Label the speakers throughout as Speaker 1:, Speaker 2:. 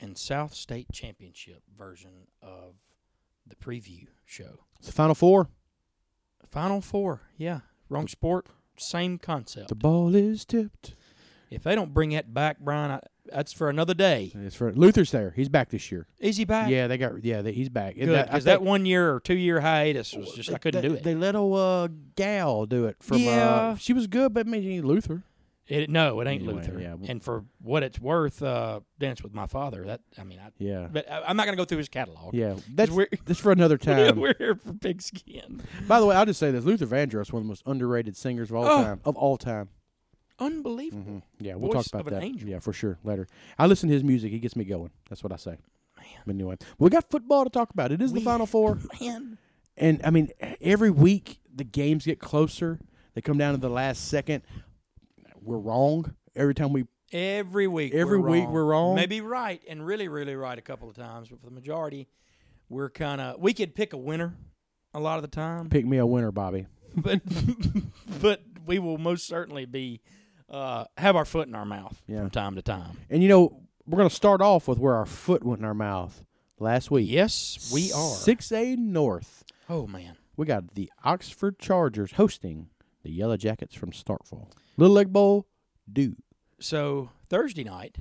Speaker 1: and South State Championship version of the preview show.
Speaker 2: It's the Final Four.
Speaker 1: Final Four, yeah. Wrong sport, same concept.
Speaker 2: The ball is tipped.
Speaker 1: If they don't bring that back, Brian, I, that's for another day.
Speaker 2: It's for Luther's there. He's back this year.
Speaker 1: Is he back?
Speaker 2: Yeah, they got. Yeah, they, he's back. And
Speaker 1: Good,
Speaker 2: that- I
Speaker 1: 'cause that
Speaker 2: think-
Speaker 1: one year or two year hiatus was just, I couldn't
Speaker 2: they,
Speaker 1: do it.
Speaker 2: They let old uh, gal do it from.
Speaker 1: Yeah.
Speaker 2: Uh, she was good, but maybe ain't Luther.
Speaker 1: It, no, it ain't
Speaker 2: Anyway,
Speaker 1: Luther.
Speaker 2: yeah.
Speaker 1: And for what it's worth, uh, Dance with My Father, that, I mean, I,
Speaker 2: Yeah.
Speaker 1: but I, I'm not going to go through his catalog.
Speaker 2: Yeah, that's
Speaker 1: we're-
Speaker 2: that's for another time.
Speaker 1: We're here for pigskin.
Speaker 2: By the way, I'll just say this: Luther Vandross, one of the most underrated singers of all
Speaker 1: Oh.
Speaker 2: time. Of all time.
Speaker 1: Unbelievable.
Speaker 2: Mhm. Yeah, we'll
Speaker 1: Voice
Speaker 2: talk
Speaker 1: of
Speaker 2: about
Speaker 1: an
Speaker 2: that.
Speaker 1: angel.
Speaker 2: Yeah, for sure later. I listen to his music; he gets me going. That's what I say. But anyway, we got football to talk about. It is
Speaker 1: We-
Speaker 2: the Final Four,
Speaker 1: Man.
Speaker 2: and I mean, every week the games get closer. They come down to the last second. We're wrong every time we.
Speaker 1: Every week.
Speaker 2: Every
Speaker 1: we're
Speaker 2: week
Speaker 1: wrong.
Speaker 2: we're wrong.
Speaker 1: Maybe right and really, really right a couple of times, but for the majority, we're kind of, we could pick a winner a lot of the time,
Speaker 2: Pick me a winner, Bobby.
Speaker 1: but but we will most certainly be, uh, have our foot in our mouth
Speaker 2: Yeah.
Speaker 1: from time to time.
Speaker 2: And you know, we're gonna start off with where our foot went in our mouth last week.
Speaker 1: Yes, we are.
Speaker 2: six A North.
Speaker 1: Oh, man.
Speaker 2: We got the Oxford Chargers hosting the Yellow Jackets from Starkville. Little Leg Bowl, do.
Speaker 1: So Thursday night,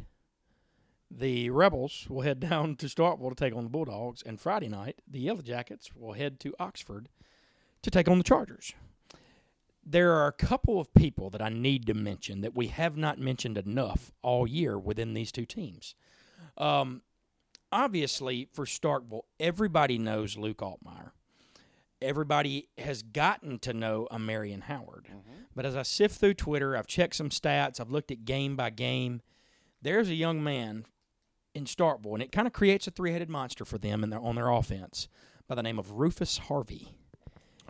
Speaker 1: the Rebels will head down to Starkville to take on the Bulldogs, and Friday night, the Yellow Jackets will head to Oxford to take on the Chargers. There are a couple of people that I need to mention that we have not mentioned enough all year within these two teams. Um, obviously, for Starkville, everybody knows Luke Altmeyer. Everybody has gotten to know a Marion Howard. But as I sift through Twitter, I've checked some stats, I've looked at game by game. There's a young man in Starkville, and it kind of creates a three headed monster for them in their, on their offense by the name of Rufus Harvey.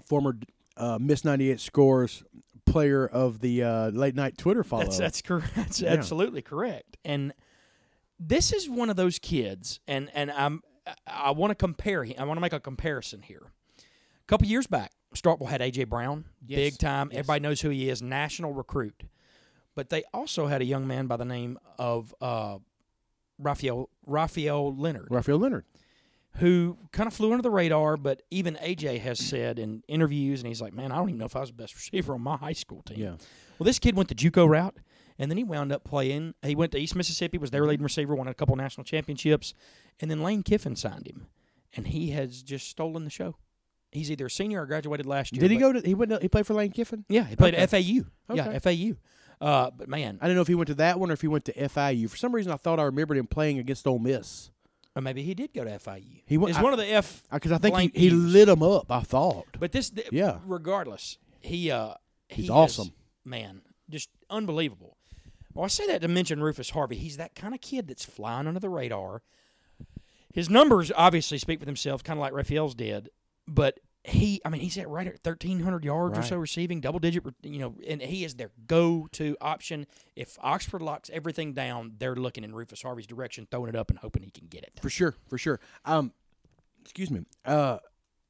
Speaker 2: Former uh, Miss 98 scores player of the uh, late night Twitter follow.
Speaker 1: That's that's correct. That's
Speaker 2: Yeah.
Speaker 1: absolutely correct. And this is one of those kids, and and I'm I- I want to compare him. I want to make a comparison here. A couple years back, Starkville had AJ Brown, big time. Everybody knows who he is, national recruit. But they also had a young man by the name of uh, Raphael Raphael Leonard
Speaker 2: Raphael Leonard.
Speaker 1: who kind of flew under the radar, but even AJ has said in interviews, and he's like, "Man, I don't even know if I was the best receiver on my high school team."
Speaker 2: Yeah.
Speaker 1: Well, this kid went the JUCO route, and then he wound up playing. He went to East Mississippi, was their leading receiver, won a couple national championships, and then Lane Kiffin signed him, and he has just stolen the show. He's either a senior or graduated last year.
Speaker 2: Did he
Speaker 1: but-
Speaker 2: go to? He went. to- he played for Lane Kiffin.
Speaker 1: Yeah, he played at FAU.
Speaker 2: Okay.
Speaker 1: Yeah, FAU. Uh, but man,
Speaker 2: I don't know if he went to that one or if he went to FIU. For some reason, I thought I remembered him playing against Ole Miss
Speaker 1: or maybe he did go to FAU.
Speaker 2: He went-
Speaker 1: It's
Speaker 2: I-
Speaker 1: one of the F.
Speaker 2: because I think he,
Speaker 1: Blank
Speaker 2: he
Speaker 1: years.
Speaker 2: lit him up. I thought.
Speaker 1: But this, th-
Speaker 2: Yeah.
Speaker 1: Regardless, he uh,
Speaker 2: He's
Speaker 1: he
Speaker 2: awesome.
Speaker 1: is- man, just unbelievable. Well, I say that to mention Rufus Harvey. He's that kind of kid that's flying under the radar. His numbers obviously speak for themselves, kind of like Raphael's did. But he, I mean, he's at right at thirteen hundred yards or so
Speaker 2: Right.
Speaker 1: receiving, double digit, re- you know, and he is their go-to option. If Oxford locks everything down, they're looking in Rufus Harvey's direction, throwing it up and hoping he can get it.
Speaker 2: For sure, for sure. Um, excuse me. Uh,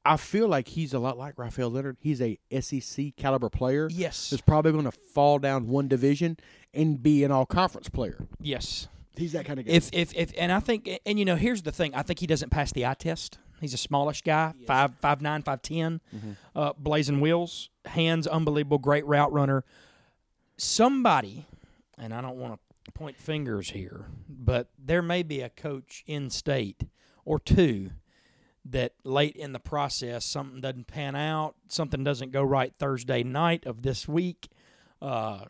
Speaker 2: I feel like he's a lot like Raphael Leonard. He's a SEC caliber player.
Speaker 1: Yes,
Speaker 2: That's probably going to fall down one division and be an all conference player.
Speaker 1: yes.
Speaker 2: He's that kind of guy.
Speaker 1: If if if and I think and you know here's the thing I think he doesn't pass the eye test. He's a smallish guy, five five nine, five ten, uh, blazing wheels, hands unbelievable, great route runner. Somebody, and I don't want to point fingers here, but there may be a coach in state or two that late in the process something doesn't pan out, something doesn't go right Thursday night of this week. Uh,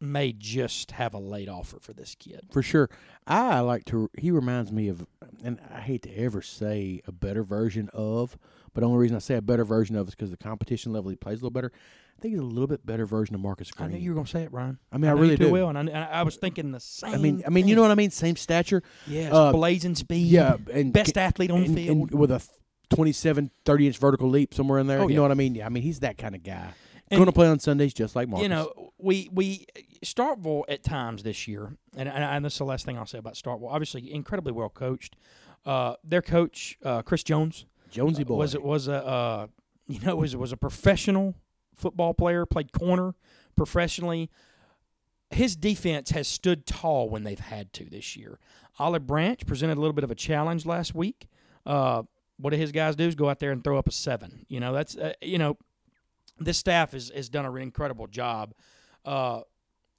Speaker 1: may just have a late offer for this kid.
Speaker 2: for sure, I like to. He reminds me of, and I hate to ever say a better version of, but the only reason I say a better version of is because the competition level he plays a little better. I think he's a little bit better version of Marcus
Speaker 1: I
Speaker 2: Green.
Speaker 1: knew you were going to say it, Ryan.
Speaker 2: I mean, I,
Speaker 1: know
Speaker 2: really
Speaker 1: you too
Speaker 2: do.
Speaker 1: well, and I, and I was thinking the same.
Speaker 2: I mean, I mean, you know what I mean. Same stature.
Speaker 1: yes,
Speaker 2: uh,
Speaker 1: blazing speed.
Speaker 2: Yeah, and
Speaker 1: best athlete on
Speaker 2: and,
Speaker 1: the field.
Speaker 2: and with a 27, 30 inch vertical leap somewhere in there.
Speaker 1: Oh,
Speaker 2: you
Speaker 1: yeah.
Speaker 2: know what I mean? Yeah, I mean, he's that kind of guy.
Speaker 1: And-
Speaker 2: Going to play on Sundays just like Marcus.
Speaker 1: you know, we we Starkville at times this year, and and, and this is the last thing I'll say about Starkville. Obviously, incredibly well coached. Uh, their coach, uh, Chris Jones,
Speaker 2: Jonesy boy.
Speaker 1: was it was a uh, you know was was a professional football player, played corner professionally. His defense has stood tall when they've had to this year. Olive Branch presented a little bit of a challenge last week. Uh, what did his guys do is go out there and throw up a seven. You know, that's uh, you know, this staff has has done an incredible job, uh,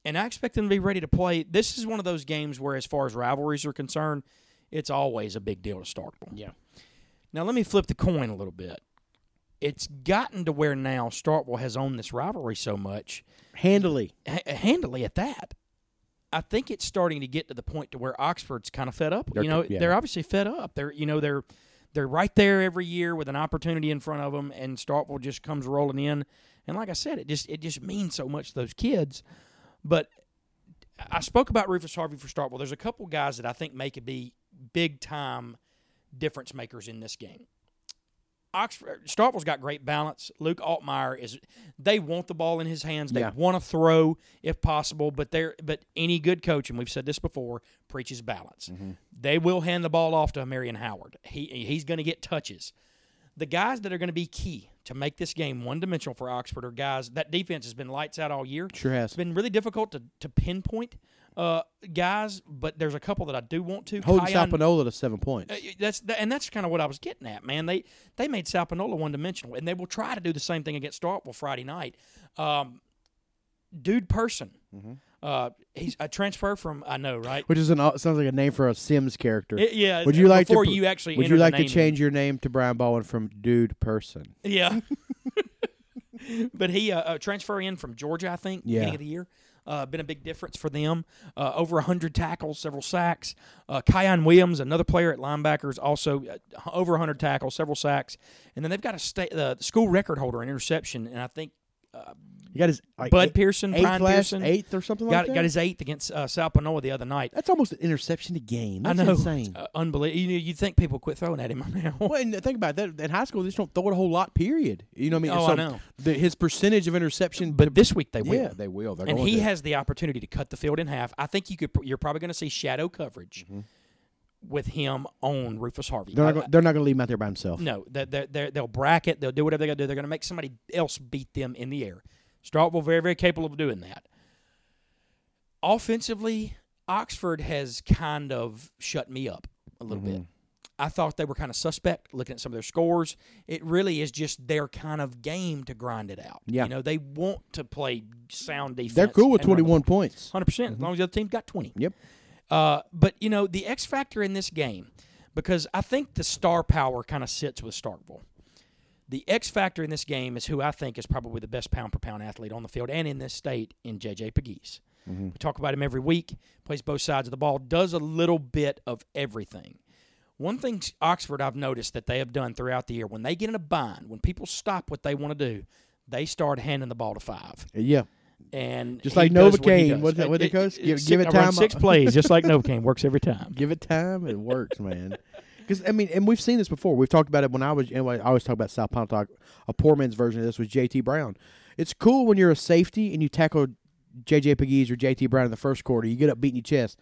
Speaker 1: and I expect them to be ready to play. This is one of those games where, as far as rivalries are concerned, it's always a big deal to Starkville.
Speaker 2: Yeah.
Speaker 1: Now let me flip the coin a little bit. It's gotten to where now Starkville has owned this rivalry so much
Speaker 2: Handily.
Speaker 1: ha- handily at that. I think it's starting to get to the point to where Oxford's kind of fed up.
Speaker 2: They're
Speaker 1: you know,
Speaker 2: co- yeah.
Speaker 1: they're obviously fed up. They're you know they're they're right there every year with an opportunity in front of them, and Starkville just comes rolling in. And like I said, it just it just means so much to those kids. But I spoke about Rufus Harvey for Starkville. There's a couple guys that I think may could be big time difference makers in this game. Oxford Starkville's got great balance. Luke Altmeyer is they want the ball in his hands. They
Speaker 2: Yeah.
Speaker 1: want to throw if possible, but they're but any good coach, and we've said this before, preaches balance.
Speaker 2: Mm-hmm.
Speaker 1: They will hand the ball off to Marion Howard. He he's gonna get touches. The guys that are going to be key to make this game one dimensional for Oxford are guys that defense has been lights out all year.
Speaker 2: Sure has.
Speaker 1: It's been really difficult to, to pinpoint uh, guys, but there's a couple that I do want to.
Speaker 2: Holding
Speaker 1: Kion-
Speaker 2: Sapanola to seven points.
Speaker 1: uh, that's that, and that's kind of what I was getting at, man. They they made Salpanola one dimensional, and they will try to do the same thing against Starkville Friday night. Um, dude, person,
Speaker 2: Mm-hmm.
Speaker 1: uh, he's a transfer from I know, right?
Speaker 2: Which is an au- sounds like a name for a Sims character.
Speaker 1: It- yeah.
Speaker 2: would you like to
Speaker 1: before
Speaker 2: pr-
Speaker 1: you actually
Speaker 2: Would
Speaker 1: enter
Speaker 2: you
Speaker 1: the
Speaker 2: like to
Speaker 1: name in.
Speaker 2: change your name to Brian Baldwin from Dude Person?
Speaker 1: Yeah. but he uh, uh, transfer in from Georgia, I think,
Speaker 2: Yeah.
Speaker 1: beginning of the year. Uh, been a big difference for them. Uh, over 100 tackles, several sacks. Uh, Kion Williams, another player at linebackers, also uh, over 100 tackles, several sacks. And then they've got a state, uh, school record holder in interception, and I think
Speaker 2: He got his like,
Speaker 1: Bud
Speaker 2: eight-
Speaker 1: Pearson,
Speaker 2: eighth
Speaker 1: Brian
Speaker 2: last-
Speaker 1: Pearson,
Speaker 2: eighth or something
Speaker 1: got,
Speaker 2: like that.
Speaker 1: got his eighth against uh, Salpanoa the other night.
Speaker 2: That's almost an interception a game.
Speaker 1: I
Speaker 2: That's
Speaker 1: know,
Speaker 2: insane.
Speaker 1: Uh, unbelievable. You, you'd think people quit throwing at him now.
Speaker 2: Well, and think about that. In high school, they just don't throw it a whole lot. Period. You know what I mean?
Speaker 1: Oh,
Speaker 2: so
Speaker 1: I know.
Speaker 2: The, his percentage of interception,
Speaker 1: But this week they will.
Speaker 2: yeah, they will. They're
Speaker 1: and
Speaker 2: going
Speaker 1: he
Speaker 2: to.
Speaker 1: has the opportunity to cut the field in half. I think you could. You're probably going to see shadow coverage with him on Rufus Harvey.
Speaker 2: Mm-hmm. they're,
Speaker 1: I-
Speaker 2: not gonna, they're not going to leave him out there by himself.
Speaker 1: I- no, they they they they'll bracket. They'll do whatever they got to do. They're going to make somebody else beat them in the air. Starkville very very capable of doing that. Offensively, Oxford has kind of shut me up a little bit.
Speaker 2: Mm-hmm.
Speaker 1: I thought they were kind of suspect looking at some of their scores. It really is just their kind of game to grind it out.
Speaker 2: Yeah.
Speaker 1: You know, they want to play sound defense.
Speaker 2: They're cool with
Speaker 1: and run the
Speaker 2: 21 points.
Speaker 1: Hundred percent. As long as the other team's got twenty.
Speaker 2: Yep.
Speaker 1: Uh, but you know the X factor in this game, because I think the star power kind of sits with Starkville. The X factor in this game is who I think is probably the best pound per pound athlete on the field and in this state in JJ Pegues. We talk about him every week. Plays both sides of the ball. Does a little bit of everything. One thing Oxford I've noticed that they have done throughout the year when they get in a bind, when people stop what they want to do, they start handing the ball to five
Speaker 2: Yeah.
Speaker 1: and
Speaker 2: Just
Speaker 1: he
Speaker 2: like
Speaker 1: does what he
Speaker 2: Novocaine.
Speaker 1: does.
Speaker 2: What's that- what they coach? Give-
Speaker 1: six-
Speaker 2: give it
Speaker 1: I run
Speaker 2: time.
Speaker 1: Six plays, just like Novocaine works every time.
Speaker 2: Give it time. It works, man. Because I mean, and we've seen this before. We've talked about it when I was. Anyway, I always talk about South Pontotoc. A poor man's version of this was JT Brown. It's cool when you're a safety and you tackle JJ Pegues or JT Brown in the first quarter. You get up beating your chest.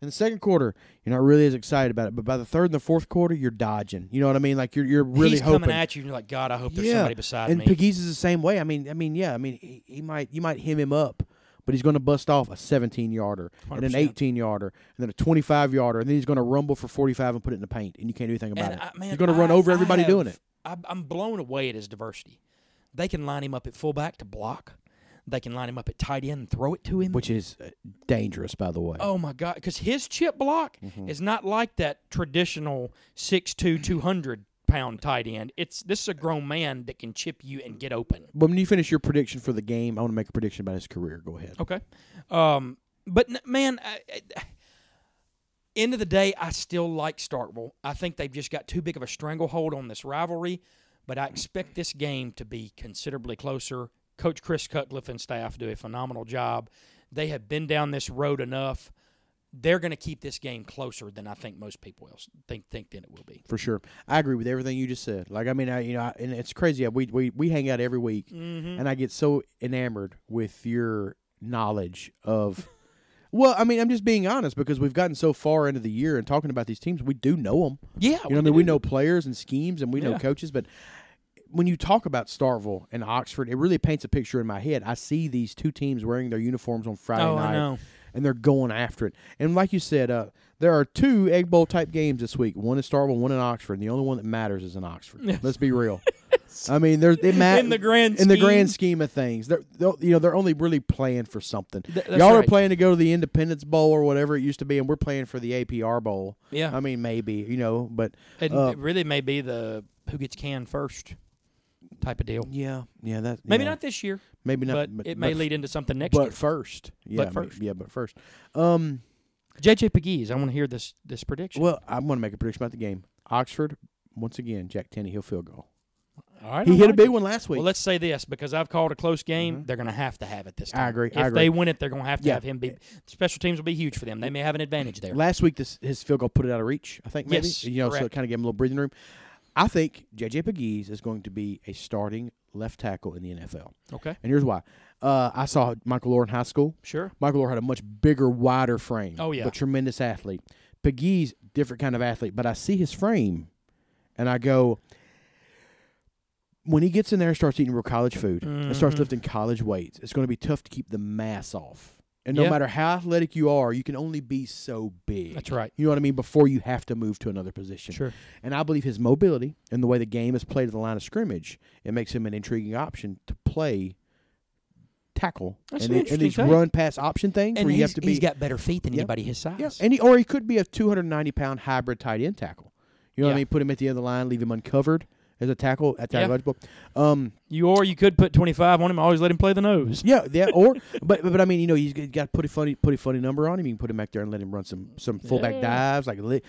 Speaker 2: In the second quarter, you're not really as excited about it. But by the third and the fourth quarter, you're dodging. You know what I mean? Like you're you're really
Speaker 1: He's
Speaker 2: hoping.
Speaker 1: coming at you, and you're like, God, I hope there's somebody beside
Speaker 2: and
Speaker 1: me.
Speaker 2: Pegues is the same way. I mean, I mean, yeah. I mean, he, he might you might hem him up, but he's going to bust off a 17 yarder and an
Speaker 1: 100%.
Speaker 2: 18 yarder and then a 25 yarder, and then he's going to rumble for 45 and put it in the paint, and you can't do anything about
Speaker 1: And
Speaker 2: it.
Speaker 1: I- man,
Speaker 2: he's going to run
Speaker 1: I-
Speaker 2: over
Speaker 1: I
Speaker 2: everybody
Speaker 1: have-
Speaker 2: doing it.
Speaker 1: I, I'm blown away at his diversity. They can line him up at fullback to block. They can line him up at tight end and throw it to him.
Speaker 2: Which is uh, dangerous, by the way.
Speaker 1: oh my God, because his chip block
Speaker 2: Mm-hmm.
Speaker 1: is not like that traditional 6'2", 200 pound tight end. It's this is a grown man that can chip you and get open.
Speaker 2: But when you finish your prediction for the game, I want to make a prediction about his career. Go ahead.
Speaker 1: Okay. Um, but n- man, I, I, end of the day, I still like Starkville. I think they've just got too big of a stranglehold on this rivalry, but I expect this game to be considerably closer. Coach Chris Cutcliffe and staff do a phenomenal job. They have been down this road enough. They're going to keep this game closer than I think most people else think think than it will be.
Speaker 2: For sure, I agree with everything you just said. Like, I mean, I, you know, I, and it's crazy. I, we, we we hang out every week, and I get so enamored with your knowledge of. well, I mean, I'm just being honest because we've gotten so far into the year and talking about these teams, we do know them.
Speaker 1: Yeah,
Speaker 2: You know, what I mean, we know players and schemes, and we know
Speaker 1: Yeah.
Speaker 2: coaches. But when you talk about Starville and Oxford, it really paints a picture in my head. I see these two teams wearing their uniforms on Friday
Speaker 1: Oh, I
Speaker 2: night,
Speaker 1: know.
Speaker 2: and they're going after it. And like you said, uh, there are two Egg Bowl type games this week. One in Starville, one in Oxford. And the only one that matters is in Oxford. Let's be real. I mean, there's it matters
Speaker 1: In the grand
Speaker 2: in the
Speaker 1: scheme.
Speaker 2: grand scheme of things. They're, they'll- you know they're only really playing for something.
Speaker 1: Th- that's
Speaker 2: Y'all are
Speaker 1: right.
Speaker 2: playing to go to the Independence Bowl or whatever it used to be, and we're playing for the APR Bowl.
Speaker 1: Yeah.
Speaker 2: I mean maybe you know, but
Speaker 1: It,
Speaker 2: uh,
Speaker 1: it really may be the who gets canned first type of deal.
Speaker 2: yeah, yeah, that
Speaker 1: Maybe
Speaker 2: yeah.
Speaker 1: not this year,
Speaker 2: maybe not,
Speaker 1: but, it may
Speaker 2: but,
Speaker 1: lead into something next
Speaker 2: but
Speaker 1: year.
Speaker 2: first, yeah, I mean,
Speaker 1: first.
Speaker 2: yeah, but first. Um,
Speaker 1: JJ Pegues, I want to hear this this prediction.
Speaker 2: well, I'm going to make a prediction about the game. Oxford once again, Jack Tenney, he'll field goal.
Speaker 1: All right,
Speaker 2: He
Speaker 1: I
Speaker 2: hit a
Speaker 1: like
Speaker 2: big
Speaker 1: it.
Speaker 2: one last week.
Speaker 1: Well, let's say this because I've called a close game.
Speaker 2: Mhm.
Speaker 1: They're going to have to have it this
Speaker 2: I
Speaker 1: time.
Speaker 2: agree,
Speaker 1: If
Speaker 2: I
Speaker 1: they
Speaker 2: agree.
Speaker 1: win it, they're going to have to
Speaker 2: Yeah.
Speaker 1: have him be. Special teams will be huge for them. They may have an advantage there.
Speaker 2: Last week, this his field goal put it out of reach. I think maybe
Speaker 1: Yes,
Speaker 2: you know, so it
Speaker 1: correct.
Speaker 2: kind of gave him a little breathing room. I think JJ Pegues is going to be a starting left tackle in the NFL,
Speaker 1: Okay,
Speaker 2: and here's why. Uh, I saw Michael Orr in high school.
Speaker 1: sure.
Speaker 2: Michael Orr had a much bigger, wider frame.
Speaker 1: Oh, yeah.
Speaker 2: but tremendous athlete. Pegues, different kind of athlete, but I see his frame, and I go. When he gets in there and starts eating real college food and starts
Speaker 1: Mhm.
Speaker 2: lifting college weights, it's going to be tough to keep the mass off. And no
Speaker 1: Yeah.
Speaker 2: matter how athletic you are, you can only be so big.
Speaker 1: That's right.
Speaker 2: You know what I mean? Before you have to move to another position.
Speaker 1: Sure.
Speaker 2: And I believe his mobility and the way the game is played at the line of scrimmage, it makes him an intriguing option to play tackle
Speaker 1: That's
Speaker 2: and,
Speaker 1: an
Speaker 2: the- and these
Speaker 1: interesting take.
Speaker 2: run pass option things
Speaker 1: And
Speaker 2: where you
Speaker 1: he's,
Speaker 2: have to be
Speaker 1: he's got better feet than
Speaker 2: Yeah.
Speaker 1: anybody his size.
Speaker 2: yeah, and he, or he could be a 290 pound hybrid tight end tackle. You know what I
Speaker 1: Yeah.
Speaker 2: mean? Put him at the end of the line, leave him uncovered as a tackle at tackle
Speaker 1: Yeah.
Speaker 2: eligible. Um,
Speaker 1: You or you could put twenty five on him. Always let him play the nose.
Speaker 2: yeah, yeah. Or but but I mean, you know, he's got to put a funny put a funny number on him. You can put him back there and let him run some some fullback
Speaker 1: Yeah.
Speaker 2: dives like. Li-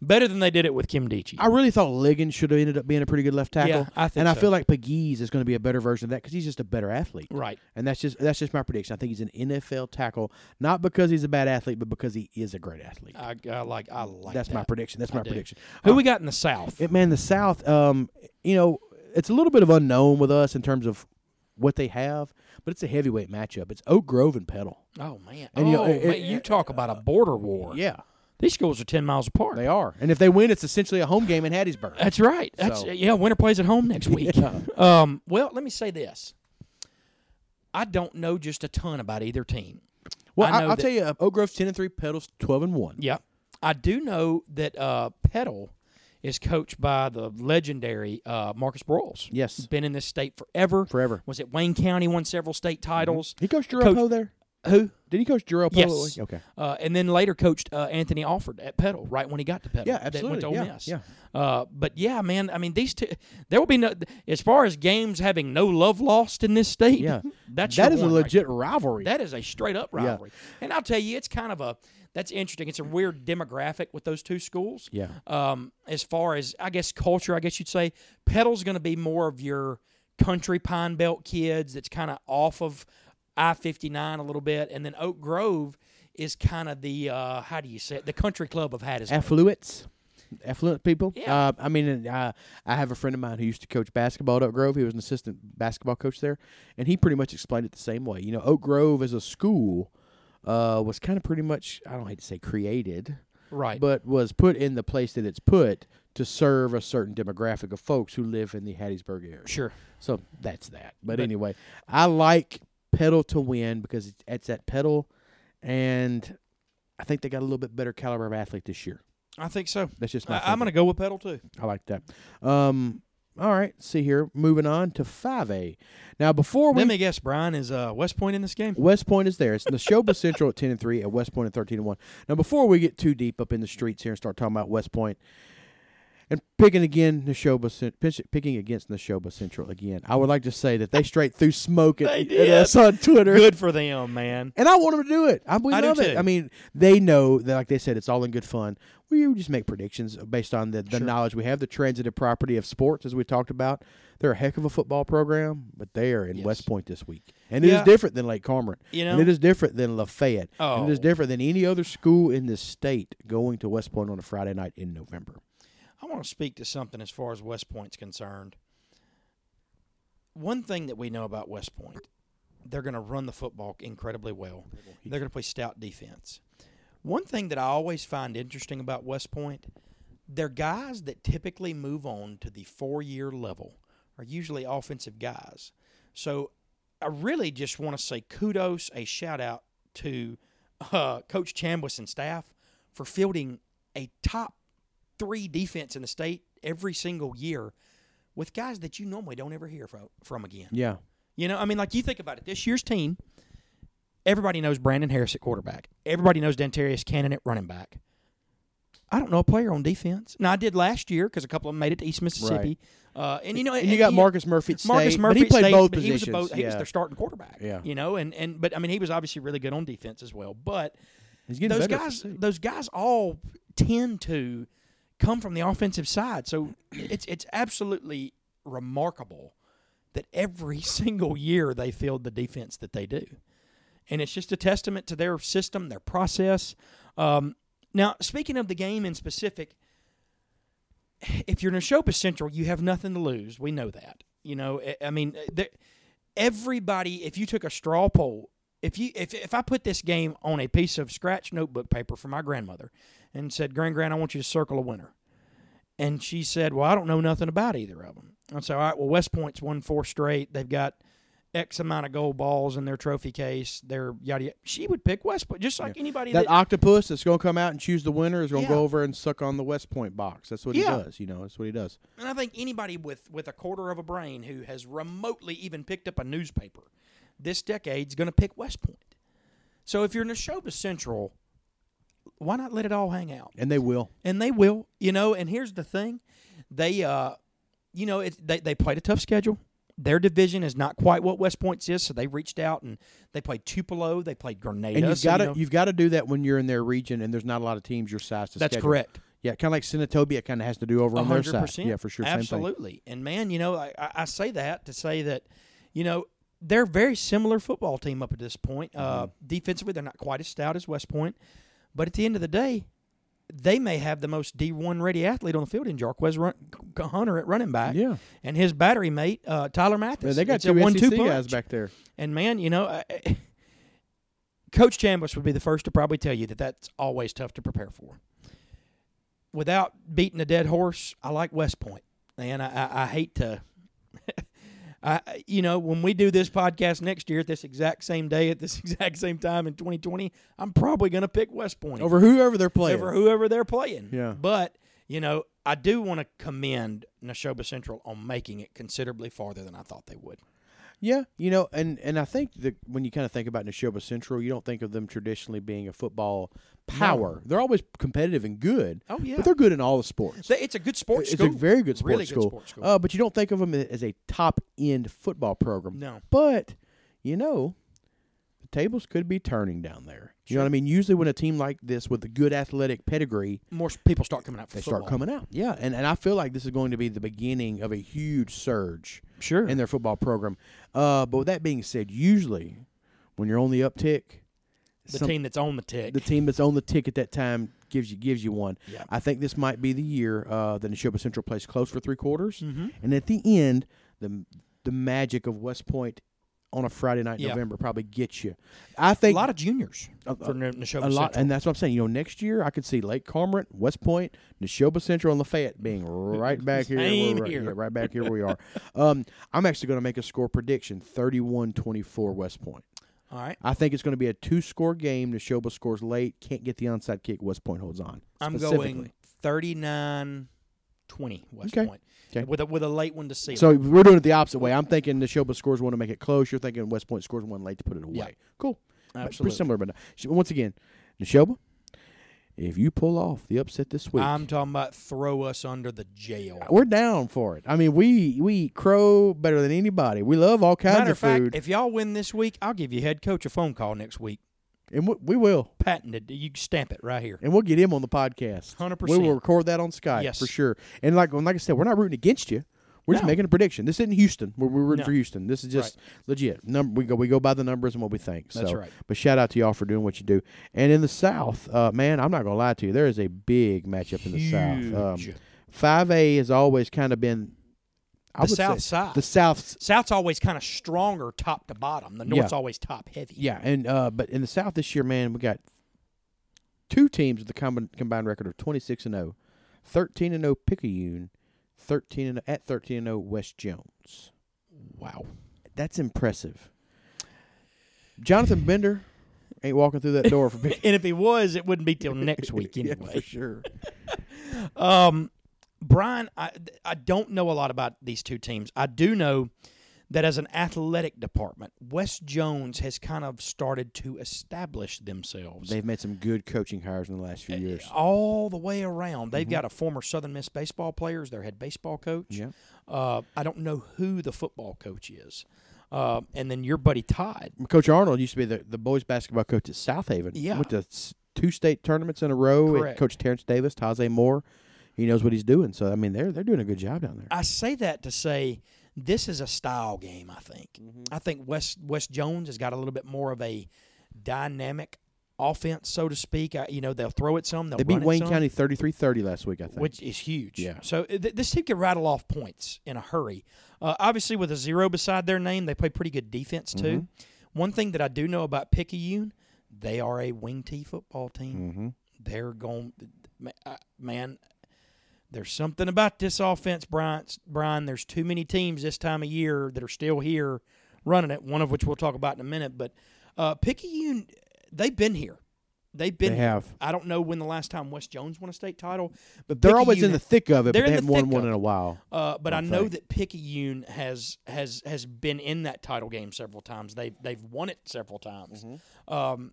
Speaker 1: Better than they did it with Kim Dichie.
Speaker 2: I really thought Liggins should have ended up being a pretty good left tackle.
Speaker 1: Yeah, I think
Speaker 2: and I
Speaker 1: so.
Speaker 2: feel like Pegues is going to be a better version of that because he's just a better athlete,
Speaker 1: right.
Speaker 2: and that's just that's just my prediction. I think he's an NFL tackle, not because he's a bad athlete, but because he is a great athlete.
Speaker 1: I, I like. I like.
Speaker 2: that's my
Speaker 1: that.
Speaker 2: prediction. That's
Speaker 1: I
Speaker 2: my
Speaker 1: do.
Speaker 2: prediction.
Speaker 1: Who we got in the South?
Speaker 2: It, man, the South, um, you know, it's a little bit of unknown with us in terms of what they have, but it's a heavyweight matchup. It's Oak Grove and Pedal.
Speaker 1: oh man.
Speaker 2: and, you know,
Speaker 1: oh,
Speaker 2: it-
Speaker 1: man,
Speaker 2: it-
Speaker 1: you talk about a border war.
Speaker 2: Yeah,
Speaker 1: These schools are ten miles apart.
Speaker 2: they are. And if they win, it's essentially a home game in Hattiesburg. Uh,
Speaker 1: That's right. That's
Speaker 2: So-
Speaker 1: yeah. Winter plays at home next week.
Speaker 2: Yeah.
Speaker 1: Um, well, let me say this. I don't know just a ton about either team.
Speaker 2: Well,
Speaker 1: I
Speaker 2: I
Speaker 1: know
Speaker 2: will
Speaker 1: that-
Speaker 2: tell you, uh, Oak Grove's ten and three, Pedal's twelve and one.
Speaker 1: Yeah, I do know that uh, Peddle is coached by the legendary uh, Marcus Broyles.
Speaker 2: Yes.
Speaker 1: been in this state forever.
Speaker 2: Forever. Mm-hmm.
Speaker 1: Was at Wayne County, won several state titles.
Speaker 2: He coached Jarrell
Speaker 1: Coach-
Speaker 2: Poe there.
Speaker 1: Who?
Speaker 2: Did he coach Jarrell Poe? at
Speaker 1: Yes.
Speaker 2: Wake? Okay.
Speaker 1: Uh, and then later coached uh, Anthony Alford at Pedal, right when he got to Pedal.
Speaker 2: Yeah,
Speaker 1: That went to Ole
Speaker 2: absolutely. Yeah,
Speaker 1: Miss.
Speaker 2: yeah.
Speaker 1: Uh, but yeah, man. I mean, these two. There will be no. As far as games having no love lost in this state.
Speaker 2: Yeah.
Speaker 1: That's
Speaker 2: That
Speaker 1: your
Speaker 2: is a
Speaker 1: one right
Speaker 2: legit rivalry.
Speaker 1: That is a straight up
Speaker 2: Yeah.
Speaker 1: rivalry. And I'll tell you, it's kind of a that's interesting. It's a weird demographic with those two schools.
Speaker 2: Yeah.
Speaker 1: Um, as far as I guess culture, I guess you'd say Pedal's going to be more of your country Pine Belt kids. That's kind of off of I fifty nine a little bit, and then Oak Grove is kind of the uh, how do you say it? The country club of Hattiesburg.
Speaker 2: affluents, affluent people.
Speaker 1: Yeah.
Speaker 2: Uh, I mean, and, uh, I have a friend of mine who used to coach basketball at Oak Grove. He was an assistant basketball coach there, and he pretty much explained it the same way. You know, Oak Grove as a school uh, was kind of pretty much I don't hate to say created,
Speaker 1: right.
Speaker 2: but was put in the place that it's put to serve a certain demographic of folks who live in the Hattiesburg area.
Speaker 1: sure.
Speaker 2: So that's that. But,
Speaker 1: But-
Speaker 2: anyway, I like pedal to win because it's, it's at pedal, and I think they got a little bit better caliber of athlete this year.
Speaker 1: I think so.
Speaker 2: That's just my.
Speaker 1: I, am going to go with Pedal too.
Speaker 2: I like that. Um, all right. See here. Moving on to five A. Now before we
Speaker 1: Let me guess. Brian is uh, West Point in this game.
Speaker 2: West Point is there. It's Neshoba Central at ten and three, at West Point at thirteen and one. Now before we get too deep up in the streets here and start talking about West Point and picking again Neshoba Cen- pitch- picking against Neshoba Central again, I would like to say that they straight threw smoke at,
Speaker 1: They
Speaker 2: at
Speaker 1: did.
Speaker 2: us on Twitter.
Speaker 1: Good for them, man.
Speaker 2: And I want them to do it. I, we
Speaker 1: I do
Speaker 2: love it.
Speaker 1: too.
Speaker 2: I mean, they know that, like they said, it's all in good fun. We just make predictions based on the, the
Speaker 1: Sure.
Speaker 2: knowledge we have, the transitive property of sports, as we talked about. They're a heck of a football program, but they are in
Speaker 1: Yes.
Speaker 2: West Point this week. And it is
Speaker 1: Yeah.
Speaker 2: different than Lake Cormorant.
Speaker 1: You
Speaker 2: and
Speaker 1: know.
Speaker 2: it is different than Lafayette. And it is
Speaker 1: Oh.
Speaker 2: different than any other school in this state going to West Point on a Friday night in November.
Speaker 1: I want to speak to something as far as West Point's concerned. One thing that we know about West Point, they're going to run the football incredibly well. They're going to play stout defense. One thing that I always find interesting about West Point, they're guys that typically move on to the four year level are usually offensive guys. So I really just want to say kudos, a shout out to uh, Coach Chambliss and staff for fielding a top three defense in the state every single year with guys that you normally don't ever hear from, from again.
Speaker 2: Yeah.
Speaker 1: You know, I mean, like you think about it. This year's team, everybody knows Brandon Harris at quarterback. Everybody knows Dantarius Cannon at running back. I don't know a player on defense. Now I did last year because a couple of them made it to East Mississippi. Uh, and you know,
Speaker 2: And you got
Speaker 1: he-
Speaker 2: Marcus Murphy at
Speaker 1: Marcus
Speaker 2: State,
Speaker 1: Murphy.
Speaker 2: but he played
Speaker 1: stayed,
Speaker 2: both
Speaker 1: but
Speaker 2: positions.
Speaker 1: He was, both, he was
Speaker 2: Yeah.
Speaker 1: their starting quarterback.
Speaker 2: Yeah.
Speaker 1: you know, and and but I mean, he was obviously really good on defense as well. But
Speaker 2: He's getting
Speaker 1: those
Speaker 2: better at
Speaker 1: guys,
Speaker 2: State.
Speaker 1: those guys all tend to come from the offensive side. So it's it's absolutely remarkable that every single year they field the defense that they do, and it's just a testament to their system, their process. Um, now, speaking of the game in specific, if you're Neshoba Central, you have nothing to lose. We know that. You know, eh, I- I mean, there, everybody. If you took a straw poll, if you if if I put this game on a piece of scratch notebook paper for my grandmother, and said, "Grand, grand, I want you to circle a winner," and she said, "Well, I don't know nothing about either of them." I said, "All right, well, West Point's won four straight. They've got." X amount of gold balls in their trophy case. Their yada yada. She would pick West Point, just like anybody
Speaker 2: that
Speaker 1: that
Speaker 2: octopus that's going to come out and choose the winner is going to
Speaker 1: Yeah.
Speaker 2: go over and suck on the West Point box. That's what
Speaker 1: Yeah.
Speaker 2: he does. You know, that's what he does.
Speaker 1: And I think anybody with, with a quarter of a brain who has remotely even picked up a newspaper this decade's going to pick West Point. So if you're Neshoba Central, why not let it all hang out?
Speaker 2: And they will.
Speaker 1: And they will, you know. And here's the thing they, uh, you know, it, they, they played a tough schedule. Their division is not quite what West Point's is, so they reached out and they played Tupelo, they played Grenada.
Speaker 2: And you've
Speaker 1: so,
Speaker 2: got
Speaker 1: you
Speaker 2: to
Speaker 1: know,
Speaker 2: you've got to do that when you're in their region and there's not a lot of teams your size to
Speaker 1: that's
Speaker 2: schedule.
Speaker 1: correct.
Speaker 2: Yeah, kind of like Senatobia kind of has to do over
Speaker 1: A
Speaker 2: on their
Speaker 1: hundred
Speaker 2: side.
Speaker 1: percent.
Speaker 2: Yeah, for sure. Same thing.
Speaker 1: Absolutely. And man, you know, I, I I say that to say that, you know, they're a very similar football team up at this point. Uh,
Speaker 2: Mm-hmm.
Speaker 1: defensively, they're not quite as stout as West Point, but at the end of the day, they may have the most D one ready athlete on the field in Jarquez Run- Hunter at running back,
Speaker 2: Yeah.
Speaker 1: and his battery mate uh, Tyler Mathis.
Speaker 2: Yeah, they got
Speaker 1: It's
Speaker 2: two
Speaker 1: a one-two
Speaker 2: SEC guys
Speaker 1: punch.
Speaker 2: back there.
Speaker 1: And man, you know, I, Coach Chambliss would be the first to probably tell you that that's always tough to prepare for. Without beating a dead horse, I like West Point, and I, I, I hate to. I, I- you know, when we do this podcast next year at this exact same day at this exact same time in 2020, I'm probably going to pick West Point
Speaker 2: Over whoever they're playing.
Speaker 1: over whoever they're playing.
Speaker 2: Yeah.
Speaker 1: But you know, I do want to commend Neshoba Central on making it considerably farther than I thought they would.
Speaker 2: Yeah, you know, and and I think that when you kind of think about Neshoba Central, you don't think of them traditionally being a football power. They're always competitive and good.
Speaker 1: Oh, yeah.
Speaker 2: but they're good in all the sports.
Speaker 1: So It's a good sports
Speaker 2: it's
Speaker 1: school.
Speaker 2: a very good sports
Speaker 1: Really good
Speaker 2: school.
Speaker 1: sports school.
Speaker 2: Uh, but you don't think of them as a top end football program.
Speaker 1: No.
Speaker 2: But you know, the tables could be turning down there. You know what I mean? Usually, when a team like this with a good athletic pedigree
Speaker 1: more s- people start coming out for
Speaker 2: they
Speaker 1: football.
Speaker 2: start coming out. Yeah, and and I feel like this is going to be the beginning of a huge surge.
Speaker 1: Sure.
Speaker 2: in their football program. Uh, but with that being said, usually when you're on the uptick,
Speaker 1: the
Speaker 2: some-
Speaker 1: team that's on the tick.
Speaker 2: the team that's on the tick at that time gives you gives you one.
Speaker 1: Yeah.
Speaker 2: I think this might be the year uh, that Neshoba Central plays close for three quarters,
Speaker 1: Mm-hmm.
Speaker 2: and at the end, the the magic of West Point on a Friday night in
Speaker 1: Yeah.
Speaker 2: November probably gets you. I
Speaker 1: a
Speaker 2: think
Speaker 1: lot of juniors
Speaker 2: Uh,
Speaker 1: for Ne- Neshoba
Speaker 2: a lot,
Speaker 1: Central.
Speaker 2: and that's what I'm saying. You know, next year I could see Lake Cormorant, West Point, Neshoba Central, and Lafayette being right back here. where
Speaker 1: Same
Speaker 2: we're at.
Speaker 1: here.
Speaker 2: Yeah, right back here where we are. Um, I'm actually going to make a score prediction: 31-24 West Point.
Speaker 1: All right,
Speaker 2: I think it's going to be a two-score game. Neshoba scores late, can't get the onside kick. West Point holds on.
Speaker 1: I'm
Speaker 2: specifically.
Speaker 1: going 39-20 West
Speaker 2: Okay.
Speaker 1: Point
Speaker 2: Okay.
Speaker 1: with a, with a late one to see.
Speaker 2: So we're doing it the opposite way. I'm thinking Neshoba scores one to make it close. You're thinking West Point scores one late to put it away.
Speaker 1: Yeah.
Speaker 2: Cool. Pretty
Speaker 1: absolutely.
Speaker 2: similar, but once again, Neshoba, if you pull off the upset this week,
Speaker 1: I'm talking about throw us under the jail.
Speaker 2: We're down for it. I mean, we we eat crow better than anybody. We love all kinds
Speaker 1: Matter
Speaker 2: of
Speaker 1: of fact,
Speaker 2: food,
Speaker 1: if y'all win this week, I'll give you head coach a phone call next week.
Speaker 2: and we, we will,
Speaker 1: Patented. You can stamp it right here.
Speaker 2: and we'll get him on the podcast.
Speaker 1: 100%.
Speaker 2: We will record that on Skype
Speaker 1: Yes.
Speaker 2: for sure. And like and like I said, we're not rooting against you. We're just
Speaker 1: No.
Speaker 2: making a prediction. This isn't Houston. We're, we're rooting
Speaker 1: No.
Speaker 2: for Houston. This is just legit. Num- we go we go by the numbers and what we think.
Speaker 1: That's
Speaker 2: so,
Speaker 1: right.
Speaker 2: But shout out to y'all for doing what you do. And in the South, uh, man, I'm not gonna lie to you. There is a big matchup in the South.
Speaker 1: Huge.
Speaker 2: Um, Five A has always kind of been. I
Speaker 1: The
Speaker 2: would
Speaker 1: South
Speaker 2: say,
Speaker 1: side.
Speaker 2: The South
Speaker 1: South's always kind of stronger top to bottom. The North's
Speaker 2: Yeah.
Speaker 1: always top heavy.
Speaker 2: Yeah, and uh, but in the South this year, man, we got two teams with a combined combined record of twenty six and 0, 13 and 0 Picayune, thirteen and at thirteen and 0 West Jones.
Speaker 1: Wow.
Speaker 2: That's impressive. Jonathan Bender ain't walking through that door for big
Speaker 1: And if he was, it wouldn't be till next week
Speaker 2: Yeah,
Speaker 1: anyway.
Speaker 2: for sure.
Speaker 1: Um, Brian, I I don't know a lot about these two teams. I do know that as an athletic department, West Jones has kind of started to establish themselves
Speaker 2: They've made some good coaching hires in the last few years.
Speaker 1: all the way around. They've got a former Southern Miss baseball player as their head baseball coach.
Speaker 2: Yeah.
Speaker 1: Uh, I don't know who the football coach is. Uh, and then your buddy Todd.
Speaker 2: Coach Arnold used to be the, the boys basketball coach at South Haven.
Speaker 1: Yeah.
Speaker 2: Went to s- two state tournaments in a row. and
Speaker 1: Correct.
Speaker 2: Coach Terrence Davis, Tajay Moore. He knows what he's doing. So I mean they're they're doing a good job down there.
Speaker 1: I say that to say this is a style game. I think.
Speaker 2: Mm-hmm.
Speaker 1: I think West West Jones has got a little bit more of a dynamic offense, so to speak. I, you know, they'll throw it some. They'll
Speaker 2: They beat
Speaker 1: run it
Speaker 2: Wayne
Speaker 1: some,
Speaker 2: County 33-30 last week, I think.
Speaker 1: which is huge.
Speaker 2: Yeah.
Speaker 1: So th- this team can rattle off points in a hurry. Uh, obviously, with a zero beside their name, they play pretty good defense too.
Speaker 2: Mm-hmm.
Speaker 1: One thing that I do know about Picayune, they are a wing tee football team
Speaker 2: mm-hmm.
Speaker 1: they're going ma- uh, man there's something about this offense brian brian there's too many teams this time of year that are still here running it one of which we'll talk about in a minute but uh, picayune they've been here they've been
Speaker 2: They
Speaker 1: here.
Speaker 2: have.
Speaker 1: i don't know when the last time west jones won a state title but
Speaker 2: They're always
Speaker 1: Picayune-
Speaker 2: in the thick of it,
Speaker 1: They're
Speaker 2: but they
Speaker 1: in the
Speaker 2: haven't won
Speaker 1: thick
Speaker 2: one
Speaker 1: of
Speaker 2: in a while.
Speaker 1: uh, but I
Speaker 2: I
Speaker 1: know
Speaker 2: think.
Speaker 1: that Picayune has has has been in that title game several times. They they've won it several times.
Speaker 2: Mm-hmm.
Speaker 1: Um,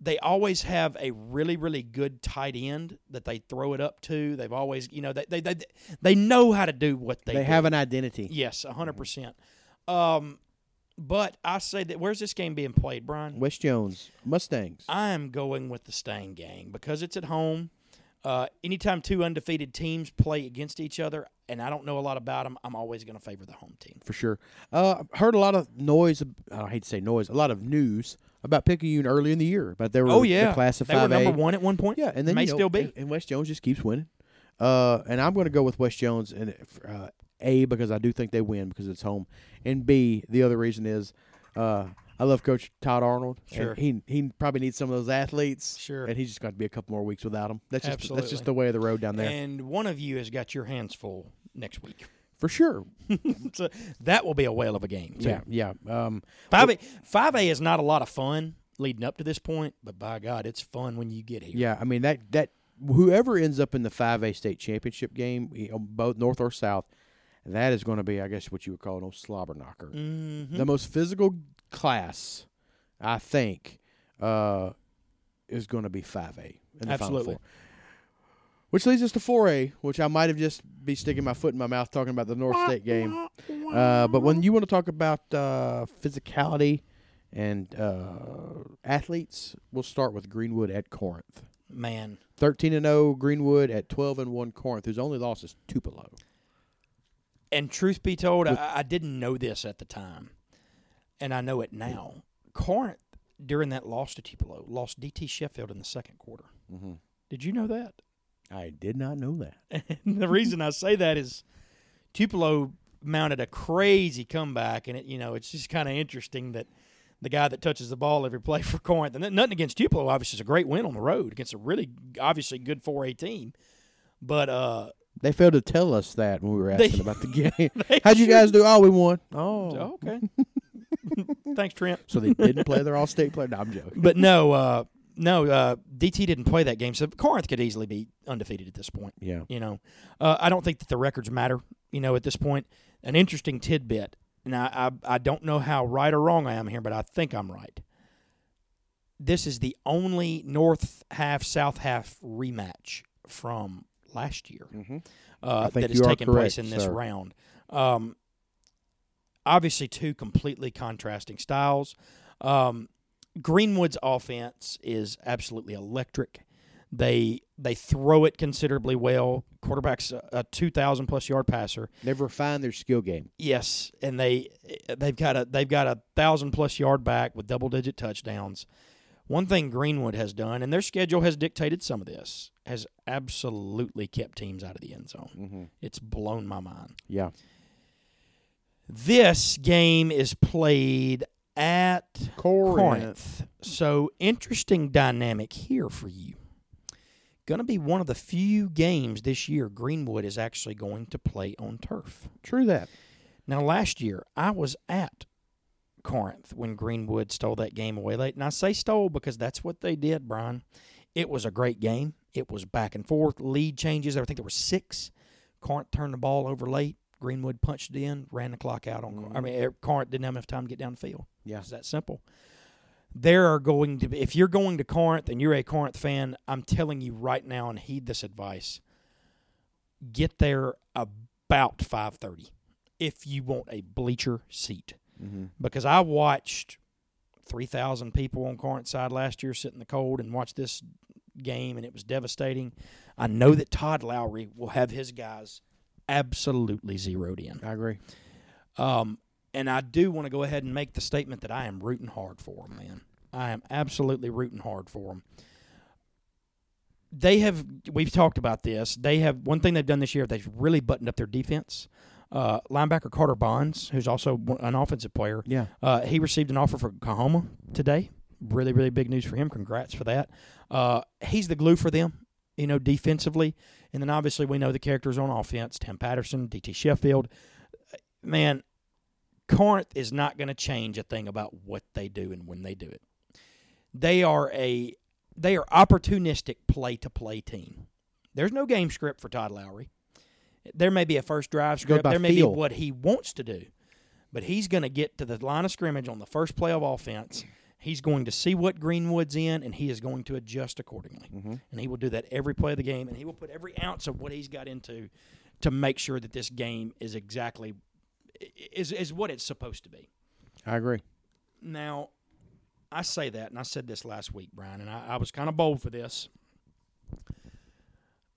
Speaker 1: they always have a really really good tight end that they throw it up to. They've always you know they they they, they know how to do what they
Speaker 2: They
Speaker 1: do.
Speaker 2: have Mm-hmm. an identity.
Speaker 1: yes hundred percent. Um, but I say that where's this game being played, Brian?
Speaker 2: West Jones, Mustangs.
Speaker 1: I am going with the Stain Gang because it's at home. Uh, anytime two undefeated teams play against each other, and I don't know a lot about them, I'm always going to favor the home team.
Speaker 2: for sure. Uh, I've heard a lot of noise. ab- I hate to say noise. A lot of news about Picayune early in the year, but they were
Speaker 1: Oh yeah,
Speaker 2: the class of
Speaker 1: they were
Speaker 2: five
Speaker 1: number
Speaker 2: A.
Speaker 1: one at one point.
Speaker 2: Yeah, and then
Speaker 1: may
Speaker 2: you know,
Speaker 1: still be.
Speaker 2: And, and West Jones just keeps winning. Uh, and I'm going to go with West Jones and uh, A because I do think they win because it's home, and B the other reason is uh, I love Coach Todd Arnold. and
Speaker 1: Sure.
Speaker 2: he he probably needs some of those athletes.
Speaker 1: Sure.
Speaker 2: and he's just going to be a couple more weeks without them. That's just that's
Speaker 1: Absolutely.
Speaker 2: just the way of the road down there
Speaker 1: and one of you has got your hands full next week.
Speaker 2: for sure.
Speaker 1: so that will be a whale of a game. too.
Speaker 2: Yeah, yeah. Um,
Speaker 1: five A five A is not a lot of fun leading up to this point, but by God, it's fun when you get here.
Speaker 2: Yeah, I mean that that whoever ends up in the five A state championship game, you know, both north or south, that is going to be, I guess, what you would call an old slobber knocker,
Speaker 1: Mhm.
Speaker 2: the most physical class, I think, uh, is going to be five A in the final
Speaker 1: Absolutely.
Speaker 2: four. Which leads us to four A, which I might have just be sticking my foot in my mouth talking about the North State game. Uh, but when you want to talk about uh, physicality and uh, athletes, we'll start with Greenwood at Corinth.
Speaker 1: Man,
Speaker 2: 13 and 0 Greenwood at 12 and 1 Corinth, whose only loss is Tupelo.
Speaker 1: and truth be told, I, I didn't know this at the time, and I know it now. Corinth during that loss to Tupelo lost DT Sheffield in the second quarter.
Speaker 2: Mhm.
Speaker 1: Did you know that?
Speaker 2: I did not know that.
Speaker 1: And the reason I say that is Tupelo mounted a crazy comeback, and it you know it's just kind of interesting that the guy that touches the ball every play for Corinth, and nothing against Tupelo, obviously, it's a great win on the road against a really obviously good 4A team, but uh,
Speaker 2: They failed to tell us that when we were
Speaker 1: They-
Speaker 2: asking about the game.
Speaker 1: they
Speaker 2: How'd you
Speaker 1: sure-
Speaker 2: guys do? Oh, we won. Oh.
Speaker 1: okay, thanks Trent.
Speaker 2: So they didn't play their all state player. No, I'm joking.
Speaker 1: But no, uh, no, uh, DT didn't play that game, so Corinth could easily be undefeated at this point.
Speaker 2: Yeah.
Speaker 1: You know, uh, I don't think that the records matter. You know, at this point, an interesting tidbit, and I, I I don't know how right or wrong I am here, but I think I'm right. This is the only North half South half rematch from last year
Speaker 2: Mm-hmm.
Speaker 1: uh,
Speaker 2: I think
Speaker 1: that is
Speaker 2: you are
Speaker 1: taking place
Speaker 2: correct,
Speaker 1: in this
Speaker 2: sir.
Speaker 1: round. Um, obviously, two completely contrasting styles. Um, Greenwood's offense is absolutely electric. They they throw it considerably well. Quarterback's a, a two thousand plus yard passer.
Speaker 2: They've refined their skill game.
Speaker 1: Yes, and they they've got a they've got a thousand plus yard back with double digit touchdowns. One thing Greenwood has done, and their schedule has dictated some of this, has absolutely kept teams out of the end zone.
Speaker 2: Mm-hmm.
Speaker 1: It's blown my mind.
Speaker 2: Yeah.
Speaker 1: This game is played at
Speaker 2: Corinth.
Speaker 1: Corinth. So interesting dynamic here for you. Going to be one of the few games this year Greenwood is actually going to play on turf.
Speaker 2: True that.
Speaker 1: Now last year I was at Corinth when Greenwood stole that game away late. And I say stole because that's what they did, Brian. It was a great game. It was back and forth, lead changes. I think there were six. Corinth turned the ball over late. Greenwood punched it in, ran the clock out on. I mean, er, Corinth didn't have enough time to get down the field.
Speaker 2: Yeah.
Speaker 1: It's that simple. There are going to be, if you're going to Corinth and you're a Corinth fan, I'm telling you right now and heed this advice. Get there about 5:30 if you want a bleacher seat
Speaker 2: Mm-hmm.
Speaker 1: because I watched 3,000 people on Corinth side last year sit in the cold and watch this game, and it was devastating. I know that Todd Lowry will have his guys absolutely zeroed in.
Speaker 2: I agree.
Speaker 1: Um, and I do want to go ahead and make the statement that I am rooting hard for them, man. I am absolutely rooting hard for them. They have, we've talked about this. They have, one thing they've done this year, they've really buttoned up their defense. Uh, linebacker Carter Bonds, who's also an offensive player,
Speaker 2: Yeah.
Speaker 1: uh, he received an offer for Kahoma today. Really, really big news for him. Congrats for that. Uh, he's the glue for them, you know, defensively. And then obviously we know the characters on offense Tim Patterson, DT Sheffield. Man, Corinth is not going to change a thing about what they do and when they do it. They are a they are opportunistic play to play team. There's no game script for Todd Lowry. There may be a first drive script.
Speaker 2: by
Speaker 1: There may
Speaker 2: feel.
Speaker 1: be what he wants to do but he's going to get to the line of scrimmage on the first play of offense. He's going to see what Greenwood's in, and he is going to adjust accordingly.
Speaker 2: Mm-hmm.
Speaker 1: And he will do that every play of the game, and he will put every ounce of what he's got into to make sure that this game is exactly i- is is what it's supposed to be.
Speaker 2: I agree.
Speaker 1: Now, I say that, and I said this last week, Brian, and I, I was kind of bold for this.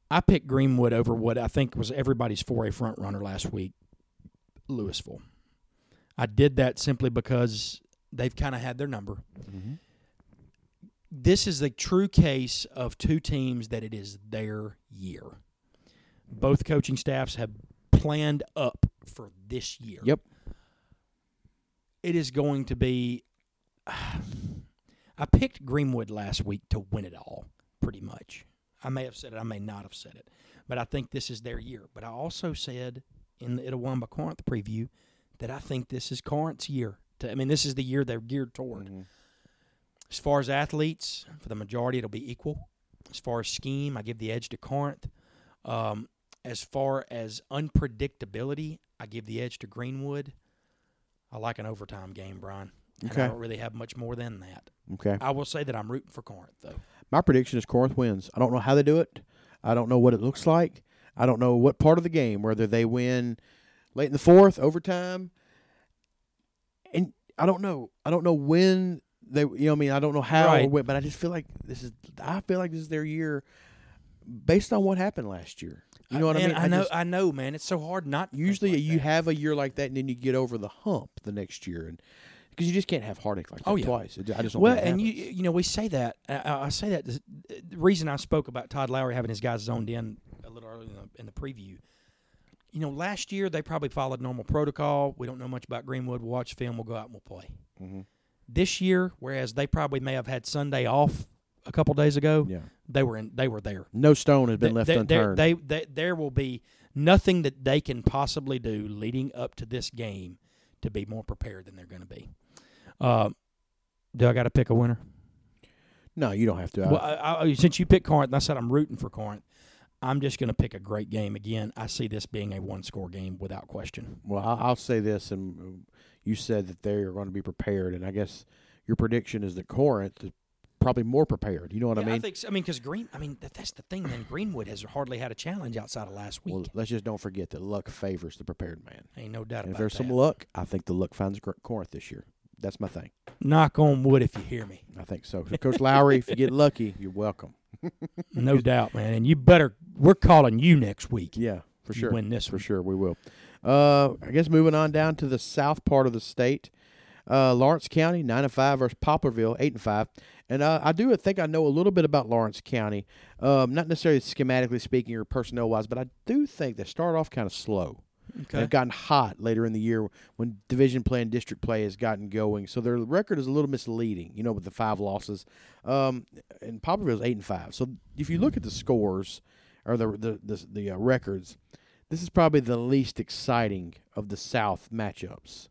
Speaker 1: I picked Greenwood over what I think was everybody's 4A front runner last week, Louisville. I did that simply because they've kind of had their number. This is the true case of two teams that it is their year. Both coaching staffs have planned up for this year
Speaker 2: Yep.
Speaker 1: it is going to be. I picked Greenwood last week to win it all, pretty much. I may have said it, I may not have said it, but I think this is their year. But I also said in the Itawamba Corinth preview that I think this is Corinth's year. To, I mean, this is the year they're geared toward.
Speaker 2: Mm-hmm.
Speaker 1: As far as athletes, for the majority, it'll be equal. As far as scheme, I give the edge to Corinth. Um, as far as unpredictability, I give the edge to Greenwood. I like an overtime game, Brian. And
Speaker 2: Okay.
Speaker 1: I don't really have much more than that.
Speaker 2: Okay.
Speaker 1: I will say that I'm rooting for Corinth, though.
Speaker 2: My prediction is Corinth wins. I don't know how they do it. I don't know what it looks like. I don't know what part of the game, whether they win late in the fourth, overtime. And I don't know. I don't know when they, you know, what I mean, I don't know how or
Speaker 1: Right.
Speaker 2: when, but I just feel like this is, I feel like this is their year based on what happened last year. You know what I
Speaker 1: Man,
Speaker 2: mean?
Speaker 1: I know,
Speaker 2: just-
Speaker 1: I know, man. It's so hard not. to think
Speaker 2: usually
Speaker 1: like
Speaker 2: you
Speaker 1: that.
Speaker 2: have a year like that and then you get over the hump the next year. And, because you just can't have heartache like that
Speaker 1: Oh, yeah.
Speaker 2: twice. It ju- I just don't
Speaker 1: Well,
Speaker 2: think it
Speaker 1: and you
Speaker 2: happens.
Speaker 1: you know we say that uh, I, I say that the reason I spoke about Todd Lowry having his guys zoned in a little earlier in the, in the preview. You know, last year they probably followed normal protocol. We don't know much about Greenwood. We'll watch film. We'll go out and we'll play.
Speaker 2: Mm-hmm.
Speaker 1: This year, whereas they probably may have had Sunday off a couple days ago,
Speaker 2: yeah,
Speaker 1: they were in. They were there.
Speaker 2: no stone has been left
Speaker 1: There- there-
Speaker 2: unturned.
Speaker 1: They, they, there will be nothing that they can possibly do leading up to this game to be more prepared than they're going to be. Uh, do I got to pick a winner?
Speaker 2: no, you don't have to. I-
Speaker 1: Well, I, I, since you picked Corinth, and I said I'm rooting for Corinth, I'm just going to pick a great game again. I see this being a one score game without question.
Speaker 2: Well, I'll, I'll say this, and um, you said that they are going to be prepared, and I guess your prediction is that Corinth is probably more prepared. You know what I
Speaker 1: Yeah,
Speaker 2: mean?
Speaker 1: think. so. I mean, because Green. I mean, that, that's the thing. Then Greenwood has hardly had a challenge outside of last week.
Speaker 2: well, let's just don't forget that luck favors the prepared man.
Speaker 1: Ain't no doubt
Speaker 2: And
Speaker 1: about
Speaker 2: if there's
Speaker 1: that.
Speaker 2: some luck, I think the luck finds Cor- Corinth this year. That's my thing.
Speaker 1: Knock on wood, if you hear me.
Speaker 2: I think so. So, Coach Lowry, if you get lucky, you're welcome.
Speaker 1: No doubt, man. And you better. We're calling you next week.
Speaker 2: Yeah, for
Speaker 1: you
Speaker 2: sure.
Speaker 1: win this
Speaker 2: for
Speaker 1: one.
Speaker 2: sure, we will. Uh, I guess moving on down to the south part of the state, uh, Lawrence County nine and five versus Poplarville eight and five, and uh, I do think I know a little bit about Lawrence County, um, not necessarily schematically speaking or personnel wise, but I do think they start off kind of slow.
Speaker 1: Okay.
Speaker 2: They've gotten hot later in the year when division play and district play has gotten going. So their record is a little misleading, you know, with the five losses. Um, and Poplarville's eight and five. So if you look at the scores or the the the, the uh, records, this is probably the least exciting of the South matchups.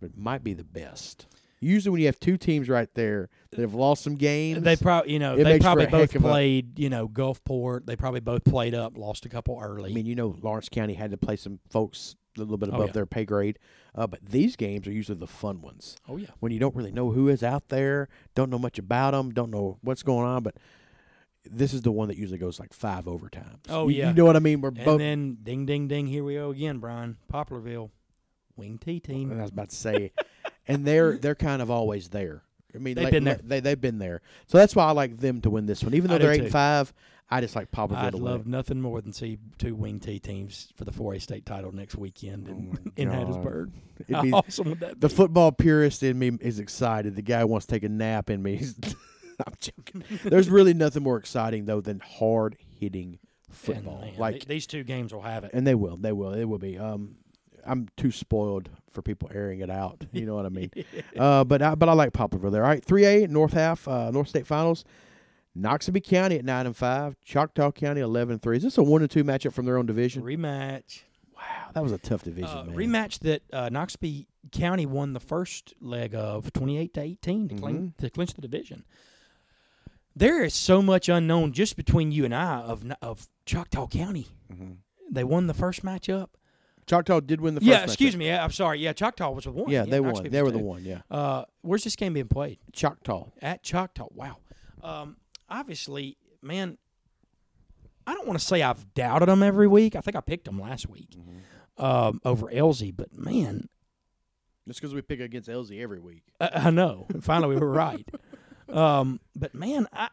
Speaker 2: but might be the best. Usually, when you have two teams right there that have lost some games,
Speaker 1: They probably, you know,
Speaker 2: It
Speaker 1: they
Speaker 2: makes for
Speaker 1: probably
Speaker 2: a
Speaker 1: both
Speaker 2: heck of a-
Speaker 1: played, you know, Gulfport. They probably both played up, lost a couple
Speaker 2: I
Speaker 1: early.
Speaker 2: mean, you know, Lawrence County had to play some folks a little bit
Speaker 1: Oh,
Speaker 2: above
Speaker 1: yeah.
Speaker 2: their pay grade, uh, but these games are usually the fun ones
Speaker 1: oh yeah,
Speaker 2: when you don't really know who is out there, don't know much about them, don't know what's going on, but. This is the one that usually goes like five overtimes.
Speaker 1: Oh,
Speaker 2: You-
Speaker 1: yeah.
Speaker 2: you know what I mean. We're
Speaker 1: and
Speaker 2: both
Speaker 1: then ding, ding, ding. Here we go again, Brian Poplarville, Wing T team.
Speaker 2: And I was about to say, and they're they're kind of always there. I mean,
Speaker 1: They've
Speaker 2: like,
Speaker 1: been there.
Speaker 2: They they've been there. So that's why I like them to win this one, even though
Speaker 1: I do
Speaker 2: they're eight
Speaker 1: too.
Speaker 2: and five. I just like Papa
Speaker 1: I'd
Speaker 2: to
Speaker 1: love
Speaker 2: win.
Speaker 1: nothing more than see two Wing T teams for the 4A state title next weekend in,
Speaker 2: Oh my
Speaker 1: in
Speaker 2: God.
Speaker 1: Hattiesburg.
Speaker 2: It'd
Speaker 1: How
Speaker 2: be-
Speaker 1: awesome would that be?
Speaker 2: The football purist in me is excited. The guy who wants to take a nap in me. is- I'm joking. There's really nothing more exciting though than hard hitting
Speaker 1: And,
Speaker 2: football.
Speaker 1: man,
Speaker 2: like,
Speaker 1: th- these two games will have it.
Speaker 2: and they will, they will, it will be. Um, I'm too spoiled for people airing it out. You know what I mean? Uh, but I, but I like Poplarville there. All right, three A North half uh, North State Finals. Noxubee County at nine and five, Choctaw County eleven and three. Is this a one and two matchup from their own division?
Speaker 1: rematch.
Speaker 2: Wow, that was a tough division,
Speaker 1: Uh,
Speaker 2: man.
Speaker 1: rematch that uh, Knoxville County won the first leg of 28 to 18 to, clean,
Speaker 2: Mm-hmm.
Speaker 1: to clinch the division. There is so much unknown just between you and I of N- of Choctaw County. They won the first matchup.
Speaker 2: Mm-hmm. Choctaw did win the first.
Speaker 1: yeah, excuse me. Yeah, I'm sorry. Yeah, Choctaw was the one.
Speaker 2: Yeah, they won.
Speaker 1: Knoxville
Speaker 2: They
Speaker 1: was
Speaker 2: were the
Speaker 1: two.
Speaker 2: one. Yeah,
Speaker 1: Uh, where's this game being played?
Speaker 2: Choctaw.
Speaker 1: At Choctaw. Wow. Um, obviously, man, I don't want to say I've doubted them every week. I think I picked them last week
Speaker 2: Mm-hmm.
Speaker 1: um, over Elsie, but man,
Speaker 2: Just because we pick against LZ every week.
Speaker 1: I, I know. And finally, we were right. Um, but man, I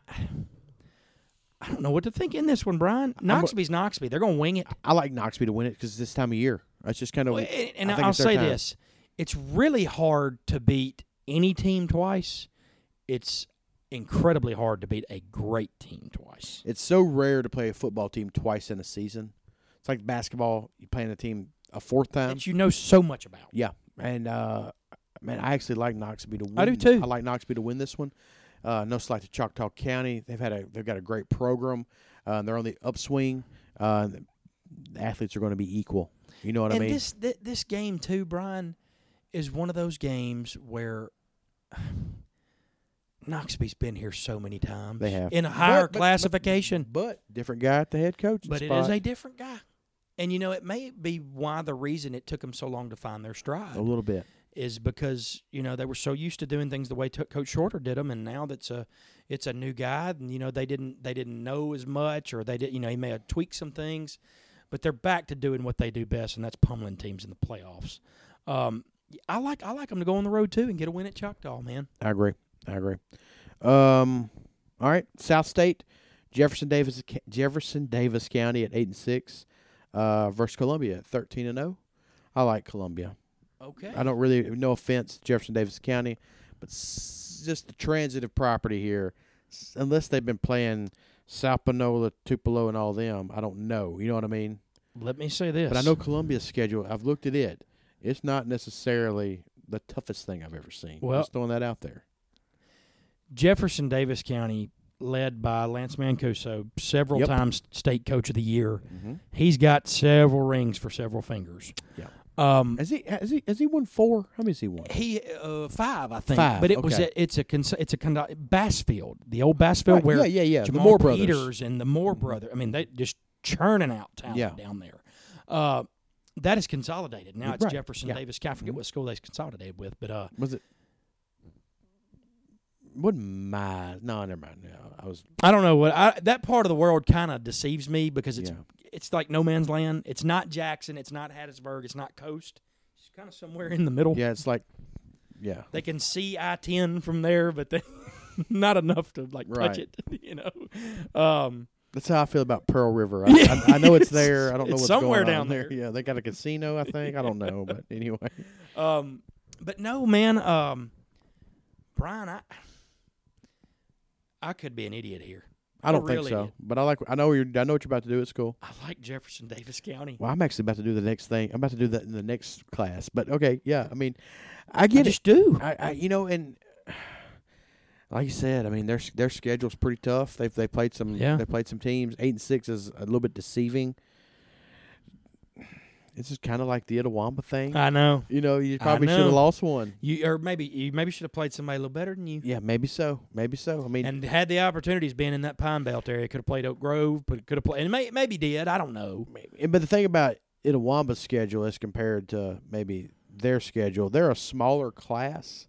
Speaker 1: I don't know what to think in this one, Brian. Knoxby's Knoxby. They're going to wing it.
Speaker 2: I like Knoxville to win it because this time of year. That's just kind of.
Speaker 1: Well, And, and
Speaker 2: I think
Speaker 1: I'll
Speaker 2: it's their
Speaker 1: say
Speaker 2: time.
Speaker 1: this: it's really hard to beat any team twice. It's incredibly hard to beat a great team twice.
Speaker 2: It's so rare to play a football team twice in a season. It's like basketball. You playing a team a fourth time.
Speaker 1: That you know so much about.
Speaker 2: Yeah, and uh, man, I actually like Knoxville to win.
Speaker 1: I do too.
Speaker 2: I like Knoxville to win this one. Uh, no slight to Choctaw County. They've had a they've got a great program. Uh, they're on the upswing. Uh, the athletes are going to be equal. You know what
Speaker 1: and
Speaker 2: I mean?
Speaker 1: this th- this game too, Brian, is one of those games where Knoxby's been here so many times.
Speaker 2: They have.
Speaker 1: in a higher
Speaker 2: But- but- but-
Speaker 1: classification.
Speaker 2: but different guy at the head coach.
Speaker 1: but
Speaker 2: spot.
Speaker 1: it is a different guy. And you know, it may be why the reason it took them so long to find their stride
Speaker 2: a little bit.
Speaker 1: is because you know they were so used to doing things the way to Coach Shorter did them, and now that's a it's a new guy, and you know they didn't they didn't know as much, or they did you know he may have tweaked some things, but they're back to doing what they do best, and that's pummeling teams in the playoffs. Um, I like I like them to go on the road too and get a win at Choctaw, man.
Speaker 2: I agree. I agree. Um, all right, South State, Jefferson Davis, Jefferson Davis County at eight and six, uh, versus Columbia at thirteen and zero. I like Columbia.
Speaker 1: Okay,
Speaker 2: I don't really, no offense, Jefferson Davis County, but s- just the transitive property here, s- unless they've been playing South Panola, Tupelo, and all them, I don't know. You know what I mean?
Speaker 1: let me say this.
Speaker 2: But I know Columbia's schedule. I've looked at it. It's not necessarily the toughest thing I've ever seen.
Speaker 1: Well-
Speaker 2: just throwing that out there.
Speaker 1: Jefferson Davis County, led by Lance Mancuso, several
Speaker 2: Yep.
Speaker 1: times state coach of the year.
Speaker 2: Mm-hmm.
Speaker 1: He's got several rings for several fingers.
Speaker 2: Yeah.
Speaker 1: Um,
Speaker 2: Has he? Has he? Has he won four? How many has he won?
Speaker 1: he uh, five, I think.
Speaker 2: Five,
Speaker 1: but it was
Speaker 2: okay.
Speaker 1: a, it's a cons- it's a con- Bassfield, the old Bassfield
Speaker 2: Right,
Speaker 1: where
Speaker 2: yeah, yeah, yeah.
Speaker 1: Jamal
Speaker 2: the Moore
Speaker 1: Peters
Speaker 2: brothers. Mm-hmm.
Speaker 1: and the Moore brother. I mean, they just churning out talent
Speaker 2: Yeah.
Speaker 1: down there. Uh, that is consolidated now. It's
Speaker 2: Right,
Speaker 1: Jefferson
Speaker 2: yeah. Mm-hmm.
Speaker 1: Davis. County. I forget what school they consolidated with, but uh,
Speaker 2: Was it? What my? No, never mind. No, I was.
Speaker 1: I don't know what I, that part of the world kind of deceives me because it's
Speaker 2: Yeah.
Speaker 1: it's like no man's land. It's not Jackson. It's not Hattiesburg. It's not Coast. It's kind of somewhere in the middle.
Speaker 2: Yeah, it's like. Yeah.
Speaker 1: They can see I ten from there, but they not enough to like touch
Speaker 2: Right.
Speaker 1: it. You know, um,
Speaker 2: That's how I feel about Pearl River. I, I, I know it's there. I don't know
Speaker 1: It's
Speaker 2: what's
Speaker 1: somewhere
Speaker 2: going on
Speaker 1: down there.
Speaker 2: Yeah, they got a casino. I think I don't know, but anyway,
Speaker 1: um, but no, man, um, Brian, I I could be an idiot here.
Speaker 2: I don't think
Speaker 1: really
Speaker 2: so.
Speaker 1: did.
Speaker 2: But I like. I know you. are I know what you're about to do at school.
Speaker 1: I like Jefferson Davis County.
Speaker 2: Well, I'm actually about to do the next thing. I'm about to do that in the next class. But okay, yeah. I mean, I
Speaker 1: I
Speaker 2: get it.
Speaker 1: just do.
Speaker 2: I, I, you know, and like you said, I mean, their their schedule's pretty tough. They they played some.
Speaker 1: Yeah.
Speaker 2: They played some teams. Eight and six is a little bit deceiving. This is kind of like the Itawamba thing.
Speaker 1: I know.
Speaker 2: you know, you
Speaker 1: I
Speaker 2: probably should
Speaker 1: know.
Speaker 2: have lost one.
Speaker 1: You or maybe you maybe should have played somebody a little better than you.
Speaker 2: Yeah, maybe so. Maybe so. I mean,
Speaker 1: And had the opportunities been in that Pine Belt area, could have played Oak Grove, but could have played and may, maybe did. I don't know.
Speaker 2: and- eh, but the thing about Itawamba's schedule as compared to maybe their schedule, they're a smaller class,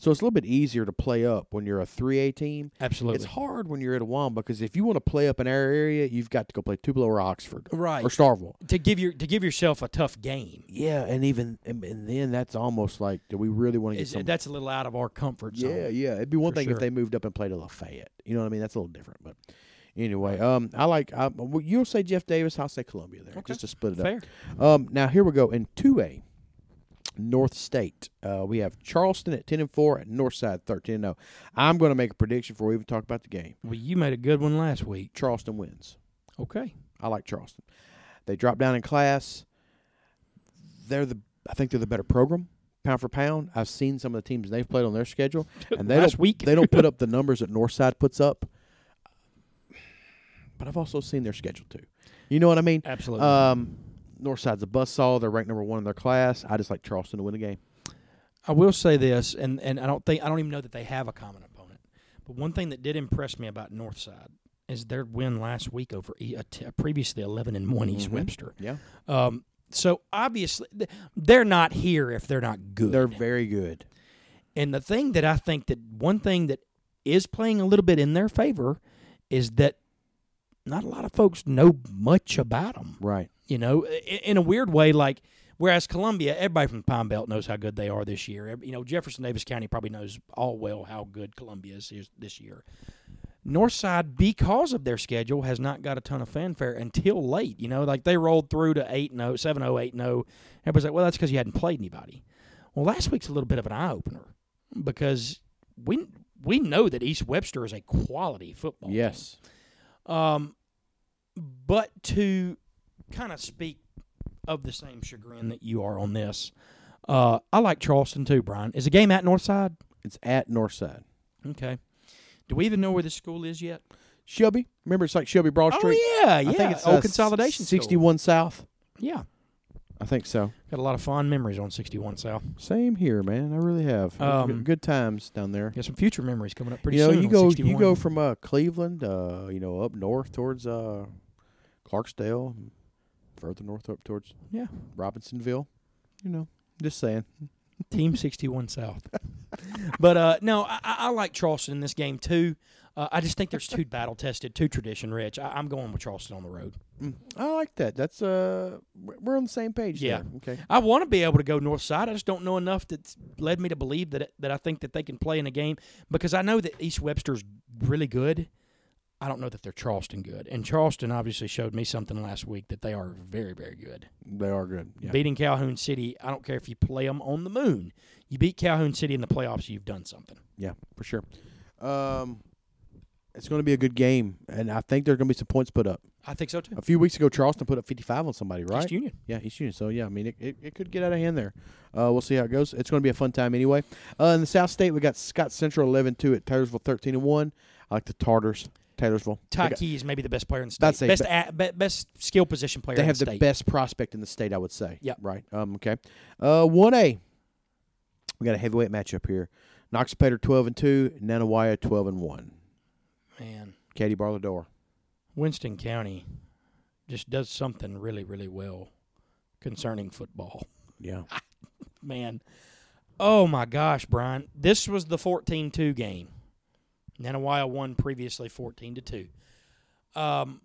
Speaker 2: so it's a little bit easier to play up when you're a three A team.
Speaker 1: Absolutely.
Speaker 2: It's hard when you're at Itawamba because if you want to play up in our area, you've got to go play Tupelo or Oxford
Speaker 1: right.
Speaker 2: or Starville.
Speaker 1: to give your to give yourself a tough game.
Speaker 2: Yeah, and even and, and then that's almost like do we really want to get
Speaker 1: Is,
Speaker 2: some?
Speaker 1: that's a little out of our comfort zone.
Speaker 2: yeah, yeah. It'd be one
Speaker 1: for
Speaker 2: thing
Speaker 1: sure.
Speaker 2: if they moved up and played a Lafayette. You know what I mean? That's a little different. But anyway, um, I like I, well, you'll say Jeff Davis. I'll say Columbia there
Speaker 1: Okay.
Speaker 2: just to split it up.
Speaker 1: Fair.
Speaker 2: Um, now here we go in two A, North State. Uh, we have Charleston at ten and four, and Northside thirteen and zero. I'm going to make a prediction before we even talk about the game.
Speaker 1: Well, you made a good one last week.
Speaker 2: Charleston wins.
Speaker 1: Okay.
Speaker 2: I like Charleston. They drop down in class. They're the I think they're the better program, pound for pound. I've seen some of the teams they've played on their schedule, and they
Speaker 1: Last
Speaker 2: don't
Speaker 1: week.
Speaker 2: they don't put up the numbers that Northside puts up. But I've also seen their schedule too. You know what I mean?
Speaker 1: Absolutely.
Speaker 2: Um, Northside's a buzzsaw. They're ranked number one in their class. I just like Charleston to win the game.
Speaker 1: I will say this, and, and I don't think I don't even know that they have a common opponent. But one thing that did impress me about Northside is their win last week over E- a t- a previously eleven and one East
Speaker 2: Mhm.
Speaker 1: Webster.
Speaker 2: Yeah,
Speaker 1: Um, so obviously th- they're not here if they're not good.
Speaker 2: they're very good.
Speaker 1: and the thing that I think that one thing that is playing a little bit in their favor is that not a lot of folks know much about them.
Speaker 2: Right.
Speaker 1: You know, i- in a weird way, like whereas Columbia, everybody from the Pine Belt knows how good they are this year. Ev- You know, Jefferson Davis County probably knows all well how good Columbia is this- this year. Northside, because of their schedule, has not got a ton of fanfare until late. You know, like they rolled through to oh, 8 0, 7 0, 8 0. Everybody's like, well, that's because you hadn't played anybody. Well, last week's a little bit of an eye opener because we we know that East Webster is a quality football. team.
Speaker 2: Yes.
Speaker 1: Um, but to kind of speak of the same chagrin that you are on this, uh, I like Charleston too, Brian. Is the game at Northside?
Speaker 2: It's at Northside.
Speaker 1: Okay. Do we even know where this school is yet?
Speaker 2: Shelby. Remember, it's like Shelby Broad Street.
Speaker 1: Oh yeah, yeah.
Speaker 2: I think it's
Speaker 1: old
Speaker 2: uh,
Speaker 1: consolidation. School.
Speaker 2: Sixty-one South.
Speaker 1: Yeah,
Speaker 2: I think so.
Speaker 1: got a lot of fond memories on sixty-one South.
Speaker 2: Same here, man. I really have. Those are good-
Speaker 1: Um,
Speaker 2: good, times down there.
Speaker 1: Got some future memories coming up pretty
Speaker 2: you know,
Speaker 1: soon.
Speaker 2: you
Speaker 1: on
Speaker 2: go
Speaker 1: 61.
Speaker 2: you go from uh, Cleveland, uh, you know, up north towards uh, Clarksdale, and further north up towards
Speaker 1: Yeah.
Speaker 2: Robinsonville. You know, just saying.
Speaker 1: Team 61 South. but uh, no, I, I I like Charleston in this game too. Uh, I just think there's too battle tested, too tradition rich. I, I'm going with Charleston on the road.
Speaker 2: Mm, I like that. That's uh, we're we're on the same page.
Speaker 1: Yeah.
Speaker 2: there. Okay.
Speaker 1: I want to be able to go north side. I just don't know enough that's led me to believe that that I think that they can play in a game because I know that East Webster's really good. I don't know that they're Charleston good, and Charleston obviously showed me something last week that they are very, very good.
Speaker 2: They are good. Yeah.
Speaker 1: Beating Calhoun City, I don't care if you play them on the moon. You beat Calhoun City in the playoffs, you've done something.
Speaker 2: Yeah, for sure. Um, it's going to be a good game, and I think there's going to be some points put up.
Speaker 1: I think so too.
Speaker 2: A few weeks ago, Charleston put up 55 on somebody, right?
Speaker 1: East Union.
Speaker 2: Yeah, East Union. So yeah, I mean, it, it, it could get out of hand there. Uh, we'll see how it goes. It's going to be a fun time anyway. Uh, in the South State, we got Scott Central 11-2 at Taylorsville 13-1. I like the Tartars, Taylorsville.
Speaker 1: Ty
Speaker 2: They got-
Speaker 1: Key is maybe the best player in the state.
Speaker 2: About to say,
Speaker 1: best, a, be, best skill position player
Speaker 2: They
Speaker 1: in
Speaker 2: have
Speaker 1: the
Speaker 2: the
Speaker 1: state.
Speaker 2: best prospect in the state, I would say.
Speaker 1: Yep.
Speaker 2: Right. Um. Okay. Uh. One A. We got a heavyweight matchup here. Knox Pater 12 and two. Nanawaya 12 and one.
Speaker 1: Man,
Speaker 2: Katie Barlador.
Speaker 1: Winston County just does something really, really well concerning football.
Speaker 2: Yeah.
Speaker 1: Man, oh my gosh, Brian, this was the 14-2 game. Nanawaya won previously 14 to two. Um,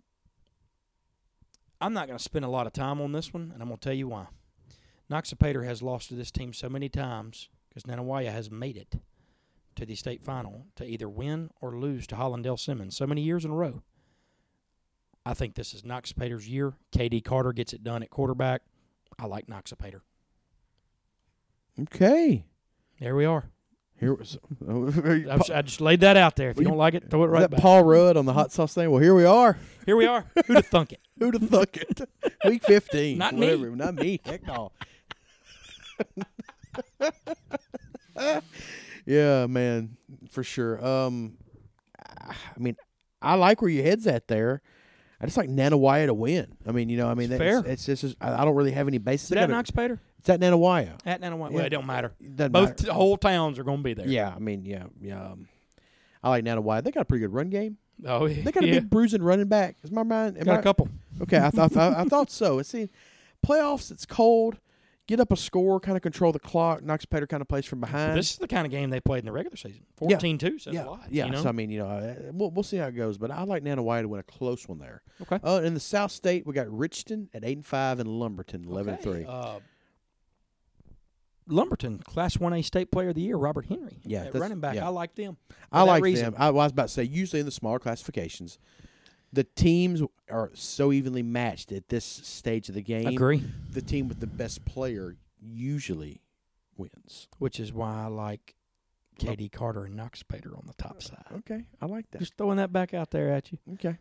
Speaker 1: I'm not going to spend a lot of time on this one, and I'm going to tell you why. Noxipater has lost to this team so many times because Nanawaya has made it to the state final to either win or lose to Hollandale Simmons so many years in a row. I think this is Noxipater's year. KD Carter gets it done at quarterback. I like Noxipater.
Speaker 2: Okay.
Speaker 1: There we are.
Speaker 2: Here was.
Speaker 1: I was- I just laid that out there. If you
Speaker 2: Well, you-
Speaker 1: don't like it, throw it
Speaker 2: Is
Speaker 1: right
Speaker 2: that
Speaker 1: back.
Speaker 2: Paul Rudd on the hot sauce thing? Well, here we are.
Speaker 1: Here we are. Who'd have thunk it?
Speaker 2: Who'd have thunk it? Week 15.
Speaker 1: Not me.
Speaker 2: whatever. Not me. Heck no. yeah, man, for sure. Um, I I mean, I like where your head's at there. I just like Nanawaya to win. I mean, you know, I mean,
Speaker 1: It's
Speaker 2: that's,
Speaker 1: fair.
Speaker 2: It's just I, I don't really have any basis.
Speaker 1: Is it
Speaker 2: I
Speaker 1: at
Speaker 2: gotta-
Speaker 1: Knox Pater?
Speaker 2: It's at Nanawaya.
Speaker 1: At Nanaway?
Speaker 2: Yeah.
Speaker 1: Well, it don't matter.
Speaker 2: It doesn't
Speaker 1: Both
Speaker 2: matter.
Speaker 1: t- whole towns are going to be there.
Speaker 2: Yeah, I mean, yeah, yeah. Um, I like Nanawaya. They got a pretty good run game.
Speaker 1: Oh,
Speaker 2: They got a
Speaker 1: yeah.
Speaker 2: big bruising running back. Is my mind? Am
Speaker 1: Got
Speaker 2: I-
Speaker 1: a couple.
Speaker 2: Okay, I, thought I, I thought so. It's see, playoffs. It's cold. Get up a score, kind of control the clock. Knox Pater kind of plays from behind.
Speaker 1: This is the kind of game they played in the regular season.
Speaker 2: Uh, Yeah.
Speaker 1: 14 2 says
Speaker 2: yeah,
Speaker 1: a lot.
Speaker 2: yeah.
Speaker 1: You know?
Speaker 2: So I mean, you know, uh, we'll, we'll see how it goes. But I like Nanawaya to win a close one there.
Speaker 1: Okay.
Speaker 2: Uh, in the South State, we got Richton at eight and five and Lumberton eleven
Speaker 1: Okay,
Speaker 2: and three.
Speaker 1: Uh, Lumberton, Class 1A State Player of the Year, Robert Henry.
Speaker 2: Yeah,
Speaker 1: At
Speaker 2: that's-
Speaker 1: running back.
Speaker 2: yeah.
Speaker 1: I like them.
Speaker 2: I
Speaker 1: that
Speaker 2: like
Speaker 1: reason.
Speaker 2: them. I was about to say usually in the smaller classifications, the teams are so evenly matched at this stage of the game.
Speaker 1: Agree.
Speaker 2: The team with the best player usually wins.
Speaker 1: Which is why I like KD Carter and Knox Pater on the top side.
Speaker 2: Okay, I like that.
Speaker 1: Just throwing that back out there at you.
Speaker 2: Okay.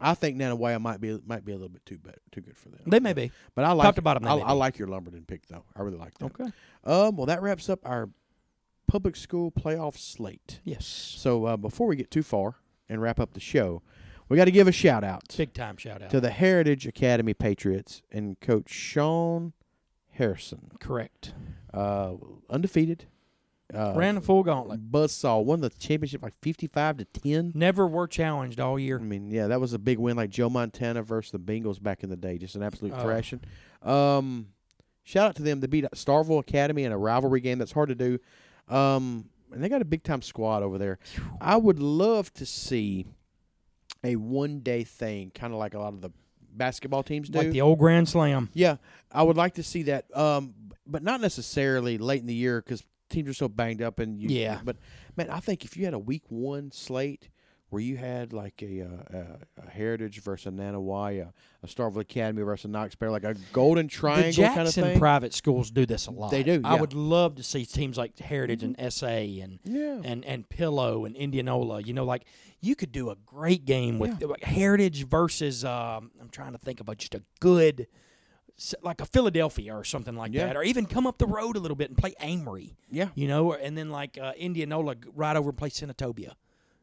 Speaker 2: I think Nanawaya might be might be a little bit too bet too good for them.
Speaker 1: They may be.
Speaker 2: but I like
Speaker 1: to bottom, they
Speaker 2: I,
Speaker 1: may
Speaker 2: I
Speaker 1: be.
Speaker 2: like your Lumberton pick though. I really like that.
Speaker 1: Okay.
Speaker 2: Um. Well, that wraps up our public school playoff slate.
Speaker 1: Yes.
Speaker 2: So uh, before we get too far and wrap up the show, we got to give a shout out
Speaker 1: Big time shout out.
Speaker 2: to the Heritage Academy Patriots and Coach Sean Harrison,
Speaker 1: Correct.
Speaker 2: uh, undefeated. Uh,
Speaker 1: Ran the full gauntlet.
Speaker 2: buzzsaw won the championship like fifty-five to ten.
Speaker 1: Never were challenged all
Speaker 2: I
Speaker 1: year.
Speaker 2: mean, yeah, that was a big win, like Joe Montana versus the Bengals back in the day, just an absolute
Speaker 1: Oh.
Speaker 2: thrashing. Um, shout out to them to beat Starville Academy in a rivalry game. That's hard to do. Um, and they got a big time squad over there. I would love to see a one day thing, kind of like a lot of the basketball teams do.
Speaker 1: Like the old Grand Slam.
Speaker 2: yeah, I would like to see that, um, but not necessarily late in the year because teams are so banged up. And you,
Speaker 1: Yeah.
Speaker 2: but man, I think if you had a week one slate where you had like a uh, a, a Heritage versus a Nanawaya, a Starville Academy versus a Knox Bear, like a Golden Triangle
Speaker 1: the Jackson
Speaker 2: kind of thing.
Speaker 1: private schools do this a lot.
Speaker 2: They do,
Speaker 1: I
Speaker 2: yeah. Mm-hmm.
Speaker 1: would love to see teams like Heritage and SA and
Speaker 2: yeah,
Speaker 1: and and Pillow and Indianola. You know, like you could do a great game with like Heritage versus. Um, I'm trying to think about just a good, s- like a Philadelphia or something like
Speaker 2: Yeah.
Speaker 1: that, or even come up the road a little bit and play Amory.
Speaker 2: yeah.
Speaker 1: You know, and then like uh, Indianola, g- right over and play Senatobia.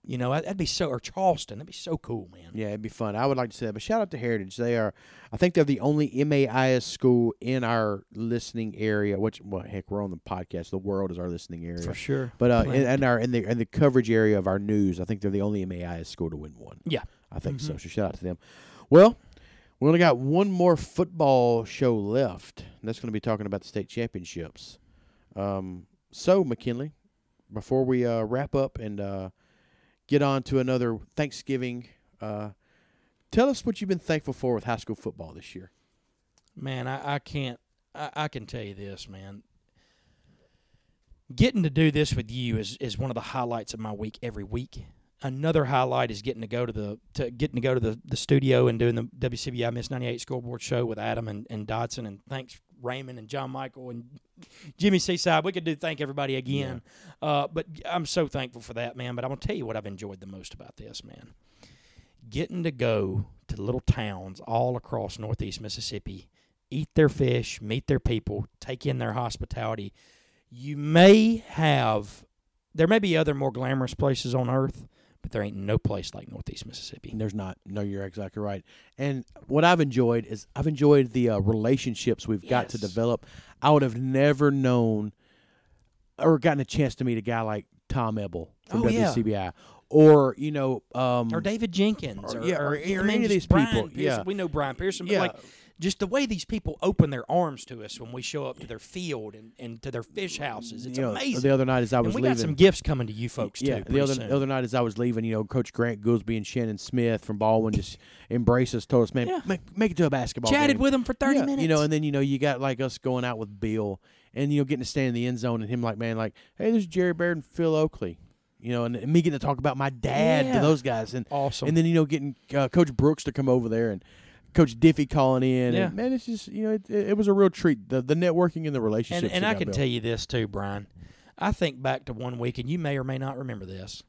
Speaker 1: You know, that- that'd be so, or Charleston. That'd be so cool, man.
Speaker 2: Yeah, it'd be fun. I would like to say that. But shout out to Heritage. They are, I think they're the only MAIS school in our listening area. Which, well, heck, we're on the podcast. The world is our listening area
Speaker 1: For sure.
Speaker 2: But uh,
Speaker 1: Planet.
Speaker 2: and, and our in the in the coverage area of our news, I think they're the only MAIS school to win one.
Speaker 1: Yeah. Mm-hmm.
Speaker 2: I think so. So shout out to them. Well, we only got one more football show left. And that's going to be talking about the state championships. Um, so McKinley, before we uh, wrap up and uh, get on to another Thanksgiving, uh, tell us what you've been thankful for with high school football this year.
Speaker 1: Man, I, I can't. I, I can tell you this, man. Getting to do this with you is, is one of the highlights of my week every week. Another highlight is getting to go to the to getting to go to the, the studio and doing the WCBI Miss ninety eight scoreboard show with Adam and, and Dodson and thanks Raymond and John Michael and Jimmy Seaside. We could do thank everybody again. Uh, but I'm so thankful for that, man. But I'm gonna tell you what I've enjoyed the most about this, man. Getting to go to little towns all across northeast Mississippi eat their fish, meet their people, take in their hospitality. You may have, there may be other more glamorous places on earth, but there ain't no place like Northeast Mississippi.
Speaker 2: There's not. No, you're exactly right. And what I've enjoyed is I've enjoyed the uh, relationships we've got to
Speaker 1: Yes.
Speaker 2: develop. I would have never known or gotten a chance to meet a guy like Tom Ebel from
Speaker 1: Oh, yeah.
Speaker 2: WCBI or, you know, um,
Speaker 1: Or David Jenkins,
Speaker 2: Or-
Speaker 1: or,
Speaker 2: yeah, or-
Speaker 1: I
Speaker 2: or
Speaker 1: mean,
Speaker 2: any of
Speaker 1: just
Speaker 2: these
Speaker 1: Brian
Speaker 2: people,
Speaker 1: Pearson.
Speaker 2: yeah.
Speaker 1: we know Brian Pearson, but
Speaker 2: Yeah.
Speaker 1: like just the way these people open their arms to us when we show up to their field and, and to their fish houses, it's
Speaker 2: you know,
Speaker 1: amazing.
Speaker 2: the other night as I was
Speaker 1: and we
Speaker 2: leaving.
Speaker 1: got some gifts coming to you folks
Speaker 2: yeah,
Speaker 1: too.
Speaker 2: the
Speaker 1: pretty
Speaker 2: other
Speaker 1: soon.
Speaker 2: other night as I was leaving, you know, Coach Grant Goolsby and Shannon Smith from Baldwin just embraced us, told us, man,
Speaker 1: Yeah.
Speaker 2: make, make it to a basketball
Speaker 1: chatted
Speaker 2: game.
Speaker 1: with them for thirty
Speaker 2: Yeah,
Speaker 1: minutes.
Speaker 2: You know, and then you know you got like us going out with Bill, and you know getting to stand in the end zone, and him like, man, like, hey, there's Jerry Baird and Phil Oakley, you know, and, and me getting to talk about my dad to
Speaker 1: Yeah.
Speaker 2: those guys, and
Speaker 1: awesome.
Speaker 2: and then you know getting uh, Coach Brooks to come over there and. Coach Diffie calling in,
Speaker 1: Yeah.
Speaker 2: and man, it's just you know it, it, it was a real treat. The the networking and the relationships.
Speaker 1: And, and
Speaker 2: that
Speaker 1: I
Speaker 2: got
Speaker 1: can
Speaker 2: built.
Speaker 1: tell you this too, Brian. I think back to one week, and you may or may not remember this.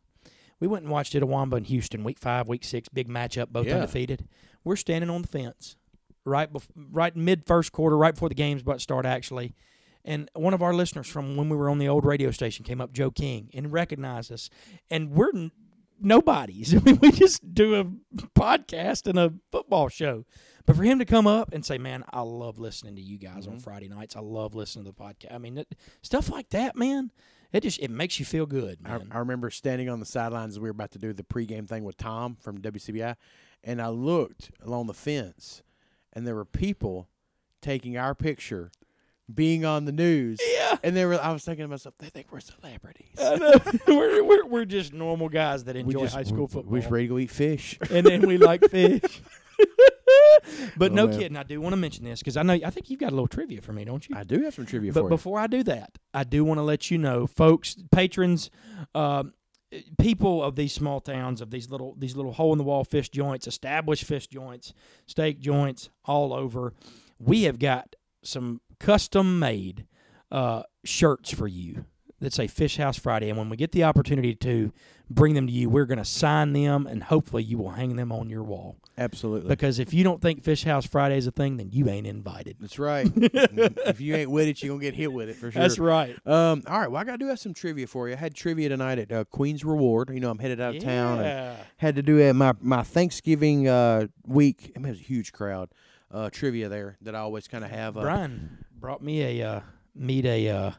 Speaker 1: We went and watched Itawamba in Houston, week five, week six, big matchup, both
Speaker 2: Yeah.
Speaker 1: undefeated. We're standing on the fence, right, bef- right mid first quarter, right before the game's about to start, actually. And one of our listeners from when we were on the old radio station came up, Joe King, and recognized us. And we're n- nobodies. I mean, we just do a podcast and a football show. But for him to come up and say, "Man, I love listening to you guys on
Speaker 2: Mhm.
Speaker 1: Friday nights. I love listening to the podcast." I mean, it, stuff like that, man. It just it makes you feel good,
Speaker 2: I,
Speaker 1: man.
Speaker 2: I remember standing on the sidelines as we were about to do the pregame thing with Tom from WCBI, and I looked along the fence, and there were people taking our picture, being on the news,
Speaker 1: yeah.
Speaker 2: and they were. I was thinking to myself, they think we're celebrities.
Speaker 1: I know. we're, we're, we're just normal guys that
Speaker 2: we
Speaker 1: enjoy
Speaker 2: just
Speaker 1: high school
Speaker 2: we-
Speaker 1: football.
Speaker 2: We just ready to go eat fish.
Speaker 1: and then we like fish. but
Speaker 2: Oh,
Speaker 1: no
Speaker 2: man.
Speaker 1: kidding, I do want to mention this because I know I think you've got a little trivia for me, don't you?
Speaker 2: I do have some trivia
Speaker 1: but
Speaker 2: for
Speaker 1: before I do that, I do want to let you know, folks, patrons, um, people of these small towns, of these little these little hole in the wall fish joints, established fish joints, steak joints, all over. We have got some custom made uh, shirts for you that say Fish House Friday, and when we get the opportunity to bring them to you, we're going to sign them, and hopefully you will hang them on your wall.
Speaker 2: you. Absolutely.
Speaker 1: Because if you don't think Fish House Friday is a thing, then you ain't invited.
Speaker 2: That's right. if you ain't with it, you're gonna get hit with it for sure.
Speaker 1: That's right.
Speaker 2: Um, all right. Well, I gotta do have some trivia for you. I had trivia tonight at uh, Queen's Reward. You know, I'm headed out of town. and
Speaker 1: Yeah.
Speaker 2: had to do it my my Thanksgiving uh, week. I mean, it was a huge crowd. Uh, trivia there that I always kind of have. Uh,
Speaker 1: Brian brought me a uh, meet a uh,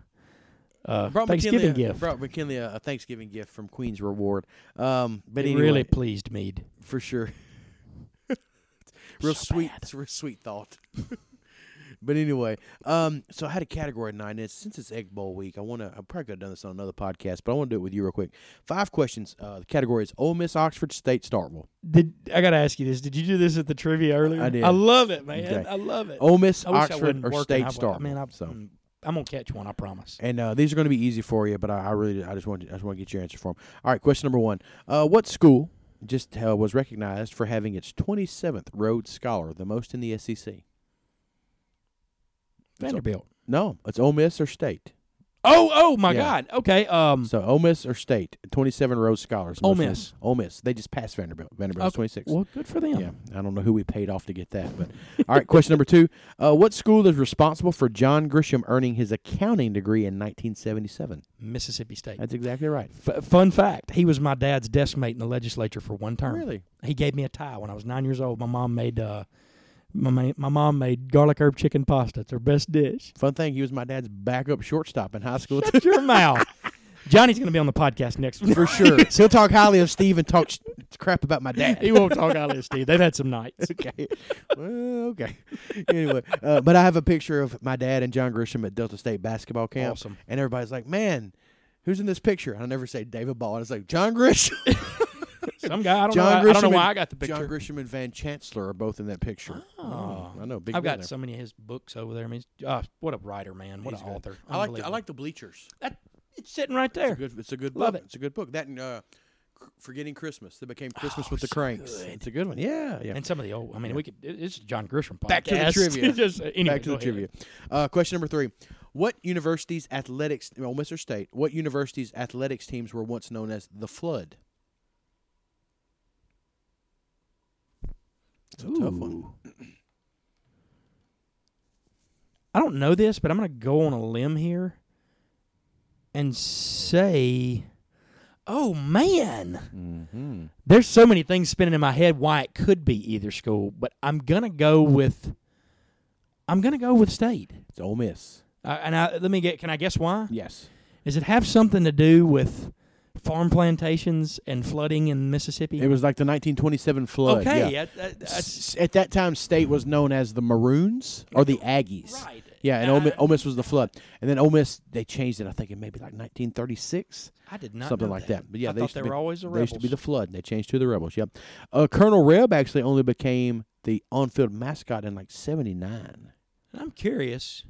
Speaker 1: uh,
Speaker 2: brought
Speaker 1: Thanksgiving
Speaker 2: McKinley, a-
Speaker 1: gift.
Speaker 2: Brought McKinley a, a Thanksgiving gift from Queen's Reward. Um, but
Speaker 1: it
Speaker 2: anyway,
Speaker 1: really pleased Mead.
Speaker 2: for sure. real
Speaker 1: So
Speaker 2: sweet,
Speaker 1: bad.
Speaker 2: it's a real sweet thought. but anyway, um, so I had a category tonight, and it's, since it's Egg Bowl week, I want to. I probably could have done this on another podcast, but I want to do it with you real quick. Five questions. Uh, the category is Ole Miss, Oxford State, Starkville.
Speaker 1: Did I gotta ask you this? Did you do this at the trivia earlier?
Speaker 2: I did.
Speaker 1: I love it, man.
Speaker 2: Okay.
Speaker 1: I love it.
Speaker 2: Ole Miss,
Speaker 1: I wish I
Speaker 2: Oxford,
Speaker 1: wasn't
Speaker 2: or
Speaker 1: working.
Speaker 2: State,
Speaker 1: I would-
Speaker 2: Starkville.
Speaker 1: Man, I'm,
Speaker 2: so.
Speaker 1: I'm gonna catch one. I promise.
Speaker 2: And uh, these are going to be easy for you, but I, I really, I just want, to, I just want to get your answer for them. All right, question number one: uh, What school just uh, was recognized for having its 27th Rhodes Scholar, the most in the E SEC? That's all-
Speaker 1: Vanderbilt.
Speaker 2: No, it's Ole Miss or State.
Speaker 1: Oh, oh my
Speaker 2: Yeah.
Speaker 1: God. Okay. Um.
Speaker 2: So Ole Miss or State, 27 Rhodes Scholars. the
Speaker 1: Ole
Speaker 2: most in the-
Speaker 1: Miss.
Speaker 2: Ole Miss. They just passed Vanderbilt.
Speaker 1: Okay,
Speaker 2: Vanderbilt's 26.
Speaker 1: Well, good for them.
Speaker 2: yeah, I don't know who we paid off to get that, but all right. Question number two: uh, What school is responsible for John Grisham earning his accounting degree in 1977?
Speaker 1: Mississippi State.
Speaker 2: That's exactly right.
Speaker 1: F- fun fact: He was my dad's desk mate in the legislature for one term.
Speaker 2: Really?
Speaker 1: He gave me a tie when I was nine years old. My mom made uh, my ma- my mom made garlic herb chicken pasta. It's her best dish.
Speaker 2: Fun thing, he was my dad's backup shortstop in high school
Speaker 1: Shut your mouth. Johnny's gonna be on the podcast next week.
Speaker 2: for sure. He'll talk highly of Steve and talk sh- crap about my dad.
Speaker 1: he won't talk out of Steve. They've had some nights.
Speaker 2: okay, well, okay. Anyway, uh, but I have a picture of my dad and John Grisham at Delta State basketball camp,
Speaker 1: Awesome.
Speaker 2: and everybody's like, "Man, who's in this picture?" And I never say David Ball. And it's like John Grisham.
Speaker 1: Some guy. I don't
Speaker 2: John
Speaker 1: know. I don't know
Speaker 2: Grisham
Speaker 1: why
Speaker 2: and-
Speaker 1: I got the picture.
Speaker 2: John Grisham and Van Chancellor are both in that picture. Mm,
Speaker 1: Oh.
Speaker 2: I know. Big
Speaker 1: I've
Speaker 2: deal
Speaker 1: got
Speaker 2: there.
Speaker 1: so many of his books over there. I mean, he's- uh, what a writer, man! What
Speaker 2: He's
Speaker 1: an
Speaker 2: good.
Speaker 1: author.
Speaker 2: I like. The, I
Speaker 1: Unbelievable.
Speaker 2: like the bleachers.
Speaker 1: that. It's sitting right there.
Speaker 2: It's a good, it's a good
Speaker 1: Love
Speaker 2: book.
Speaker 1: it.
Speaker 2: It's a good book. That and uh, C- Forgetting Christmas. That became
Speaker 1: Oh,
Speaker 2: Christmas with the
Speaker 1: so
Speaker 2: Cranks.
Speaker 1: good.
Speaker 2: It's a good one. Yeah, yeah.
Speaker 1: And some of the old. I mean,
Speaker 2: Yeah.
Speaker 1: we could. it- It's a John Grisham podcast.
Speaker 2: Back to the trivia.
Speaker 1: Just, uh, anyway,
Speaker 2: Back to
Speaker 1: go
Speaker 2: the
Speaker 1: ahead.
Speaker 2: trivia. Uh, question number three. What university's athletics, well, Mr. State, what university's athletics teams were once known as the Flood? It's a tough one.
Speaker 1: Ooh. I don't know this, but I'm going to go on a limb here and say, oh man,
Speaker 2: Mm-hmm.
Speaker 1: there's so many things spinning in my head why it could be either school, but I'm going to go with, I'm going to go with state.
Speaker 2: It's Ole Miss.
Speaker 1: Uh, and I, let me get, can I guess why?
Speaker 2: Yes.
Speaker 1: Does it have something to do with farm plantations and flooding in Mississippi?
Speaker 2: It was like the 1927 flood.
Speaker 1: okay.
Speaker 2: yeah.
Speaker 1: I- I- I-
Speaker 2: S- At that time, State was known as the Maroons or the Aggies.
Speaker 1: right.
Speaker 2: Yeah, and
Speaker 1: I-
Speaker 2: Ole Miss, Ole Miss was the flood, and then Ole Miss they changed it. I think in maybe like 1936.
Speaker 1: I did not
Speaker 2: something
Speaker 1: know
Speaker 2: like that. But yeah,
Speaker 1: I
Speaker 2: they
Speaker 1: thought
Speaker 2: used to
Speaker 1: they
Speaker 2: be-
Speaker 1: were always a
Speaker 2: They used to be the
Speaker 1: Rebels.
Speaker 2: flood. They changed to the Rebels. Yep. Uh, Colonel Reb actually only became the on-field mascot in like '79.
Speaker 1: I'm curious.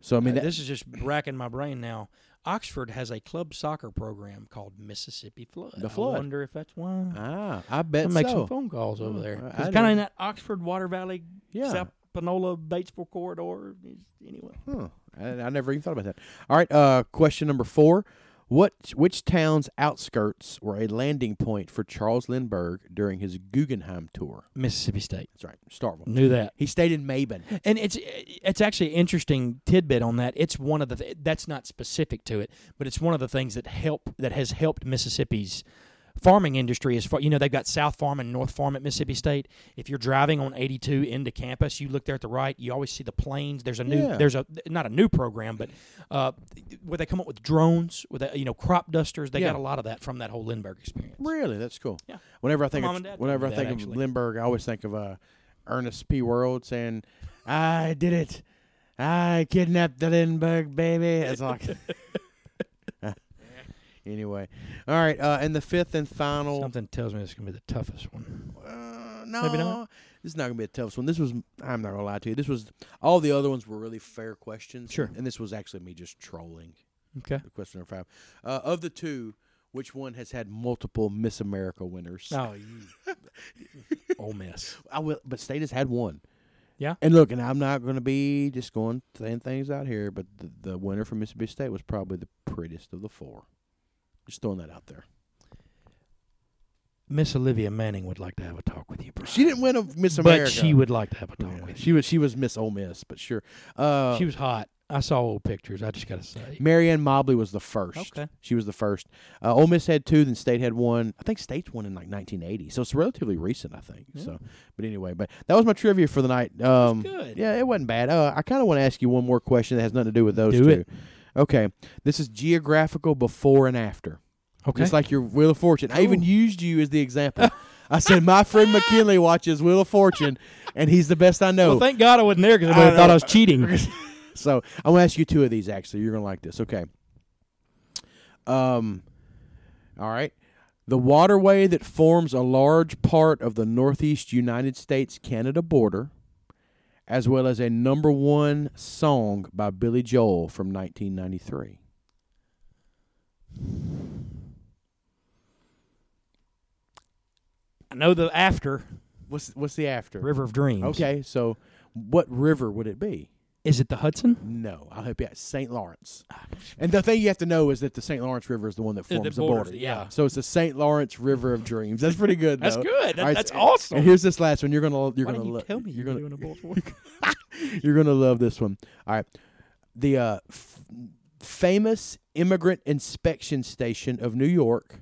Speaker 2: So I
Speaker 1: I
Speaker 2: mean,
Speaker 1: mean,
Speaker 2: that,
Speaker 1: Uh, this is just racking my brain now. Oxford has a club soccer program called Mississippi Flood.
Speaker 2: The Flood.
Speaker 1: I wonder if that's why.
Speaker 2: ah, I bet
Speaker 1: I'll make
Speaker 2: so.
Speaker 1: some phone calls over
Speaker 2: Oh,
Speaker 1: there.
Speaker 2: I- I
Speaker 1: It's kind
Speaker 2: didn't-
Speaker 1: of in that Oxford Water Valley,
Speaker 2: Yeah.
Speaker 1: South Panola Batesville corridor. Anyway,
Speaker 2: Huh. I, I never even thought about that. All right. Uh, question number four: What which town's outskirts were a landing point for Charles Lindbergh during his Guggenheim tour?
Speaker 1: Mississippi State
Speaker 2: That's right, Starville.
Speaker 1: knew that,
Speaker 2: He stayed in Maben.
Speaker 1: and it's it's actually an interesting tidbit on that. It's one of the th- that's not specific to it, but it's one of the things that help that has helped Mississippi's farming industry is far. You know, they've got South Farm and North Farm at Mississippi State. If you're driving on 82 into campus, you look there at the right. You always see the planes. There's a new.
Speaker 2: Yeah.
Speaker 1: There's a not a new program, but uh, where they come up with drones, with a, you know crop dusters. They got
Speaker 2: Yeah.
Speaker 1: a lot of that from that whole Lindbergh experience.
Speaker 2: Really, that's cool.
Speaker 1: Yeah.
Speaker 2: Whenever I think
Speaker 1: mom
Speaker 2: of,
Speaker 1: and dad
Speaker 2: whenever
Speaker 1: told
Speaker 2: I
Speaker 1: me
Speaker 2: think
Speaker 1: that,
Speaker 2: of
Speaker 1: actually.
Speaker 2: Lindbergh, I always think of uh, Ernest P. World saying, "I did it. I kidnapped the Lindbergh baby." It's like. anyway, all right, uh, and the fifth and final.
Speaker 1: Something tells me this is gonna be the toughest one.
Speaker 2: Uh, no,
Speaker 1: Maybe not.
Speaker 2: this is not gonna be a tough one. This was I'm not gonna lie to you. This was all the other ones were really fair questions.
Speaker 1: Sure.
Speaker 2: and this was actually me just trolling.
Speaker 1: Okay.
Speaker 2: The question number five uh, of the two, which one has had multiple Miss America winners?
Speaker 1: Oh, you, Ole Miss.
Speaker 2: I will, but state has had one.
Speaker 1: Yeah.
Speaker 2: And look, and I'm not going to be just going saying things out here, but the, the winner from Mississippi State was probably the prettiest of the four. Just throwing that out there.
Speaker 1: Miss Olivia Manning would like to have a talk with you, Brian.
Speaker 2: She didn't win a Miss America,
Speaker 1: but she would like to have a talk
Speaker 2: Yeah,
Speaker 1: with you.
Speaker 2: she was she was Miss Ole Miss, but sure. Uh,
Speaker 1: she was hot. I saw old pictures. I just gotta say.
Speaker 2: Marianne Mobley was the first.
Speaker 1: Okay.
Speaker 2: She was the first. Uh, Ole Miss had two, then State had one. I think State's one in like 1980, so it's relatively recent, I think.
Speaker 1: Yeah.
Speaker 2: So, but anyway, but that was my trivia for the night. Um,
Speaker 1: good.
Speaker 2: Yeah, it wasn't bad. Uh, I kind of want to ask you one more question that has nothing to do with those
Speaker 1: Do
Speaker 2: two.
Speaker 1: it.
Speaker 2: Okay, this is geographical before and after.
Speaker 1: Okay.
Speaker 2: Just like your Wheel of Fortune. I even
Speaker 1: Ooh.
Speaker 2: used you as the example. I said my friend McKinley watches Wheel of Fortune, and he's the best I know.
Speaker 1: Well, thank God I wasn't there because
Speaker 2: oh. I
Speaker 1: I would
Speaker 2: know.
Speaker 1: have thought I was cheating.
Speaker 2: So I'm gonna ask you two of these. Actually, you're gonna like this. Okay. Um. All right. The waterway that forms a large part of the northeast United States Canada border, as well as a number one song by Billy Joel from 1993.
Speaker 1: I know the after
Speaker 2: What's what's the after?
Speaker 1: River of Dreams.
Speaker 2: Okay, so what river would it be?
Speaker 1: Is it the Hudson?
Speaker 2: No, I'll help you out. St. Lawrence.
Speaker 1: Ah,
Speaker 2: And the thing you have to know is that the St. Lawrence River is the one that
Speaker 1: That
Speaker 2: forms the,
Speaker 1: borders
Speaker 2: border.
Speaker 1: it, yeah.
Speaker 2: So it's the St. Lawrence River of Dreams. That's pretty good.
Speaker 1: That's
Speaker 2: though.
Speaker 1: good. That-
Speaker 2: All right,
Speaker 1: that's
Speaker 2: so-
Speaker 1: awesome.
Speaker 2: And here's this last one. You're gonna you're
Speaker 1: Why
Speaker 2: gonna
Speaker 1: didn't you
Speaker 2: lo-
Speaker 1: tell me
Speaker 2: you're
Speaker 1: you're
Speaker 2: gonna
Speaker 1: doing a ball for work?
Speaker 2: you're gonna love this one. All right, the uh, f- famous immigrant inspection station of New York,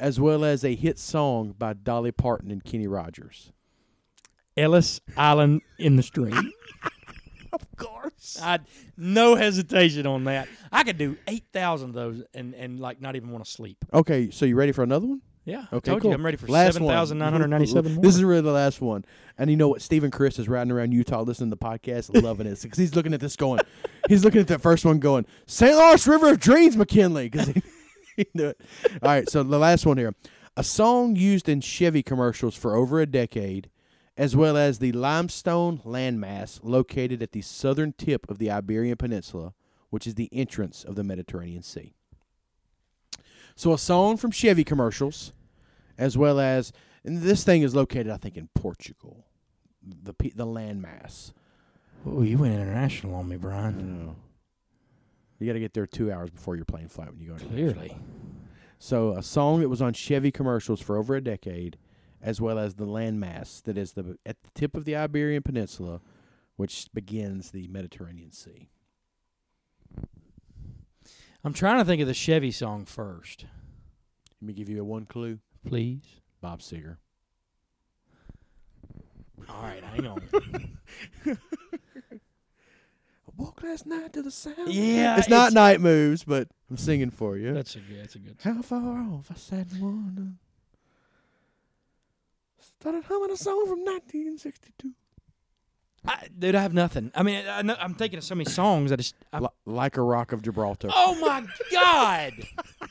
Speaker 2: as well as a hit song by Dolly Parton and Kenny Rogers.
Speaker 1: Ellis Island in the stream.
Speaker 2: Of course.
Speaker 1: I no hesitation on that. I could do eight thousand of those and and like not even want to sleep.
Speaker 2: Okay, so you ready for another one?
Speaker 1: Yeah. I
Speaker 2: Okay,
Speaker 1: told
Speaker 2: cool.
Speaker 1: you I'm ready for
Speaker 2: Last
Speaker 1: seven thousand nine hundred ninety-seven.
Speaker 2: one. this is really the last one. And you know what? Stephen Chris is riding around Utah listening to the podcast, loving it because he's looking at this going, he's looking at that first one going, St. Lawrence River of Dreams, McKinley. Because he, he knew it. All right, so the last one here. A song used in Chevy commercials for over a decade, as well as the limestone landmass located at the southern tip of the Iberian Peninsula, which is the entrance of the Mediterranean Sea. So a song from Chevy commercials, as well as and this thing is located, I think, in Portugal. The pe- the landmass.
Speaker 1: oh, you went international on me, Brian.
Speaker 2: You got to get there two hours before your plane flight when you go. to
Speaker 1: Clearly.
Speaker 2: So a song that was on Chevy commercials for over a decade, as well as the landmass that is the at the tip of the Iberian Peninsula, which begins the Mediterranean Sea.
Speaker 1: I'm trying to think of the Chevy song first.
Speaker 2: Let me give you a one clue.
Speaker 1: Please.
Speaker 2: Bob Seger.
Speaker 1: All right, hang on.
Speaker 2: I walked last night to the sound.
Speaker 1: Yeah,
Speaker 2: it's not
Speaker 1: it's-
Speaker 2: night moves, but I'm singing for you.
Speaker 1: that's a good. That's a good.
Speaker 2: How far off I sat and wondered. Started humming a song from 1962.
Speaker 1: I, dude, I have nothing. I mean, I know, I'm thinking of so many songs. I just. I,
Speaker 2: like a rock of Gibraltar.
Speaker 1: oh my god!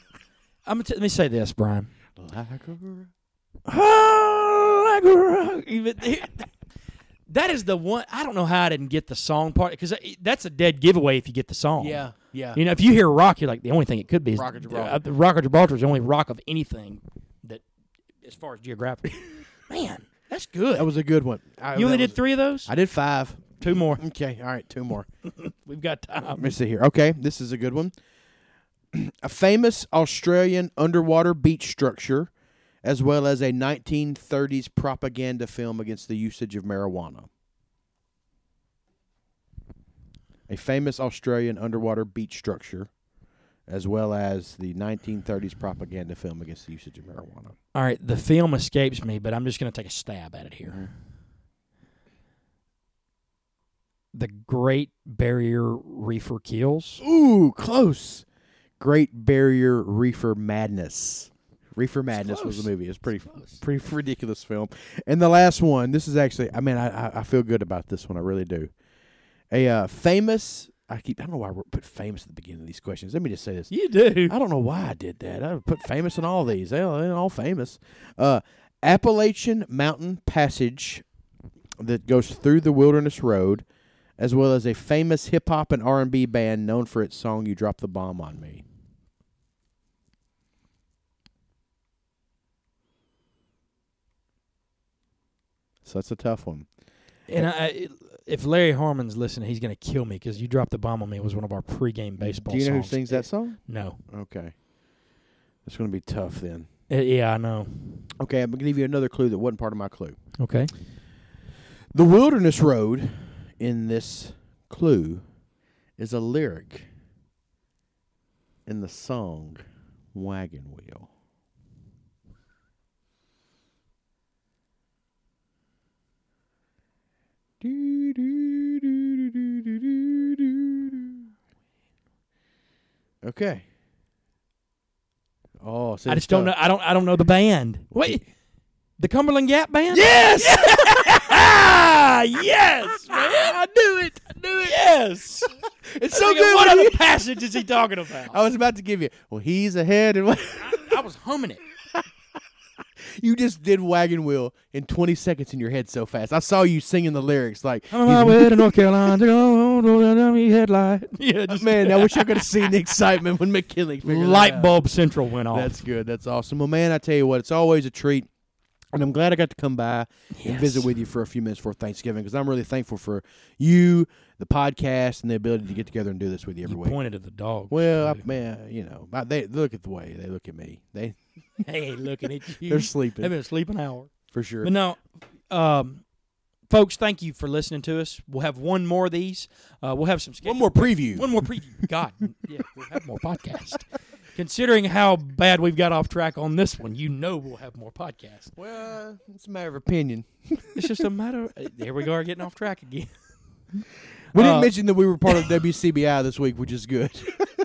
Speaker 1: I'm gonna t- let me say this, Brian.
Speaker 2: Like a rock. Ah,
Speaker 1: Even- that is the one. I don't know how I didn't get the song part because that's a dead giveaway if you get the song.
Speaker 2: Yeah, yeah.
Speaker 1: You know, if you hear rock, you're like the only thing it could be is
Speaker 2: Rock of Gibraltar.
Speaker 1: uh, the rock of Gibraltar is the only rock of anything that, as far as geographic. Man, that's good.
Speaker 2: That was a good one. I,
Speaker 1: you only
Speaker 2: that
Speaker 1: did
Speaker 2: was-
Speaker 1: three of those.
Speaker 2: I did five.
Speaker 1: Two more.
Speaker 2: Okay, all right, two more.
Speaker 1: We've got
Speaker 2: Let
Speaker 1: time.
Speaker 2: me see here. Okay, this is a good one. a famous Australian underwater beach structure, as well as a 1930s propaganda film against the usage of marijuana. A famous Australian underwater beach structure, as well as the 1930s propaganda film against the usage of marijuana.
Speaker 1: All right, the film escapes me, but I'm just going to take a stab at it here. The Great Barrier Reefer Kills.
Speaker 2: Ooh, close. Great Barrier Reefer Madness. Reefer Madness was the
Speaker 1: close.
Speaker 2: movie. It's pretty
Speaker 1: Close.
Speaker 2: pretty ridiculous film. And the last one, this is actually, I mean, I, I, I feel good about this one. I really do. A uh, famous, I keep, I don't know why I put famous at the beginning of these questions. Let me just say this.
Speaker 1: You do.
Speaker 2: I don't know why I did that. I put famous in all these. They- They're all famous. Uh, Appalachian Mountain Passage that goes through the Wilderness Road, as well as a famous hip hop and R and B band known for its song "You Dropped the Bomb on Me." So that's a tough one.
Speaker 1: And I, if Larry Harmon's listening, he's going to kill me because "You Dropped the Bomb on Me" was one of our pregame baseball.
Speaker 2: Do you know
Speaker 1: songs.
Speaker 2: who sings that song?
Speaker 1: No.
Speaker 2: Okay, it's going to be tough then.
Speaker 1: Uh, yeah, I know.
Speaker 2: Okay, I'm going to give you another clue that wasn't part of my clue.
Speaker 1: Okay.
Speaker 2: The Wilderness Road in this clue is a lyric in the song Wagon Wheel. Okay. Oh, see,
Speaker 1: I
Speaker 2: it's
Speaker 1: just don't
Speaker 2: tough.
Speaker 1: know. I don't. I don't know the band. Wait, the Cumberland Gap Band.
Speaker 2: Yes!
Speaker 1: Ah, yes, man. I knew it. I knew it. Yes.
Speaker 2: it's
Speaker 1: So
Speaker 2: so good.
Speaker 1: What
Speaker 2: when
Speaker 1: other
Speaker 2: you-
Speaker 1: passage is he talking about?
Speaker 2: I was about to give you. Well, he's ahead, and
Speaker 1: I, I was humming it.
Speaker 2: you just did wagon wheel in 20 seconds in your head so fast. I saw you singing the lyrics like,
Speaker 1: I'm on my way to North Carolina. to go to the enemy Headlight. Yeah, just
Speaker 2: man, I wish I could have seen the excitement when McKinley figured that
Speaker 1: light
Speaker 2: out.
Speaker 1: bulb central went off.
Speaker 2: That's good. That's awesome. Well, man, I tell you what, it's always a treat. And I'm glad I got to come by and visit with you for a few minutes before Thanksgiving because I'm really thankful for you, the podcast, and the ability to get together and do this with you every
Speaker 1: you
Speaker 2: week.
Speaker 1: pointed at the dog.
Speaker 2: Well, I, man, you know, I, they look at the way they look at me. They
Speaker 1: they ain't looking at you.
Speaker 2: they're
Speaker 1: They've
Speaker 2: sleeping
Speaker 1: been asleep an hour.
Speaker 2: for sure.
Speaker 1: But no, um, folks, thank you for listening to us. We'll have one more of these. Uh, we'll have some
Speaker 2: One
Speaker 1: scheduled.
Speaker 2: more preview.
Speaker 1: One more preview. God, yeah, we'll have more podcast. Considering how bad we've got off track on this one, you know we'll have more podcast.
Speaker 2: Well, it's a matter of opinion.
Speaker 1: It's just a matter. Of, there we are getting off track again.
Speaker 2: We didn't
Speaker 1: Uh,
Speaker 2: mention that we were part of WCBI this week, which is good.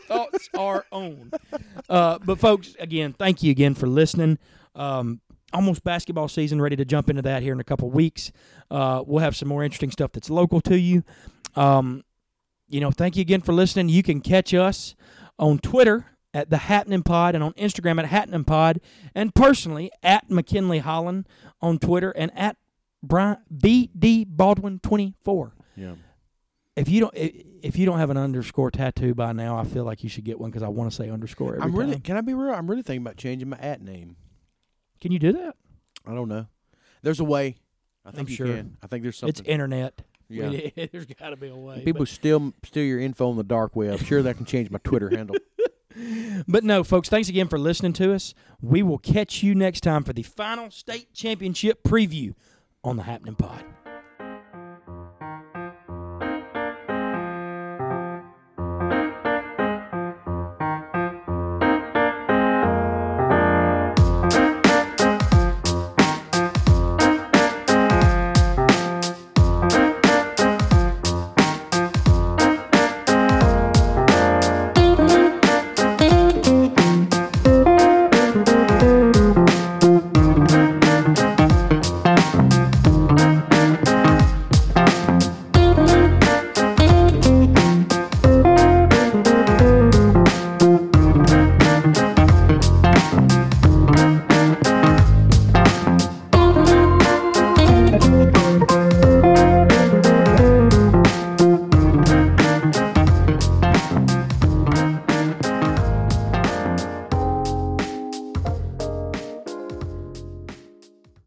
Speaker 1: Thoughts are own. Uh, but folks, again, thank you again for listening. Um, almost basketball season, ready to jump into that here in a couple weeks. Uh, we'll have some more interesting stuff that's local to you. Um, you know, thank you again for listening. You can catch us on Twitter at the Happening Pod and on Instagram at Happening Pod and personally at McKinley Holland on Twitter and at Brian BD Baldwin twenty four.
Speaker 2: Yeah.
Speaker 1: If you don't i- if you don't have an underscore tattoo by now, I feel like you should get one because I want to say underscore every
Speaker 2: I'm
Speaker 1: time.
Speaker 2: really can I be real? I'm really thinking about changing my at name.
Speaker 1: Can you do that?
Speaker 2: I don't know. There's a way. I think you
Speaker 1: sure.
Speaker 2: can. I think there's something.
Speaker 1: It's internet.
Speaker 2: yeah.
Speaker 1: There's got to be a way.
Speaker 2: People steal steal your info on the dark web. Sure, that can change my Twitter handle.
Speaker 1: But no, folks, thanks again for listening to us. We will catch you next time for the final state championship preview on the Happening Pod.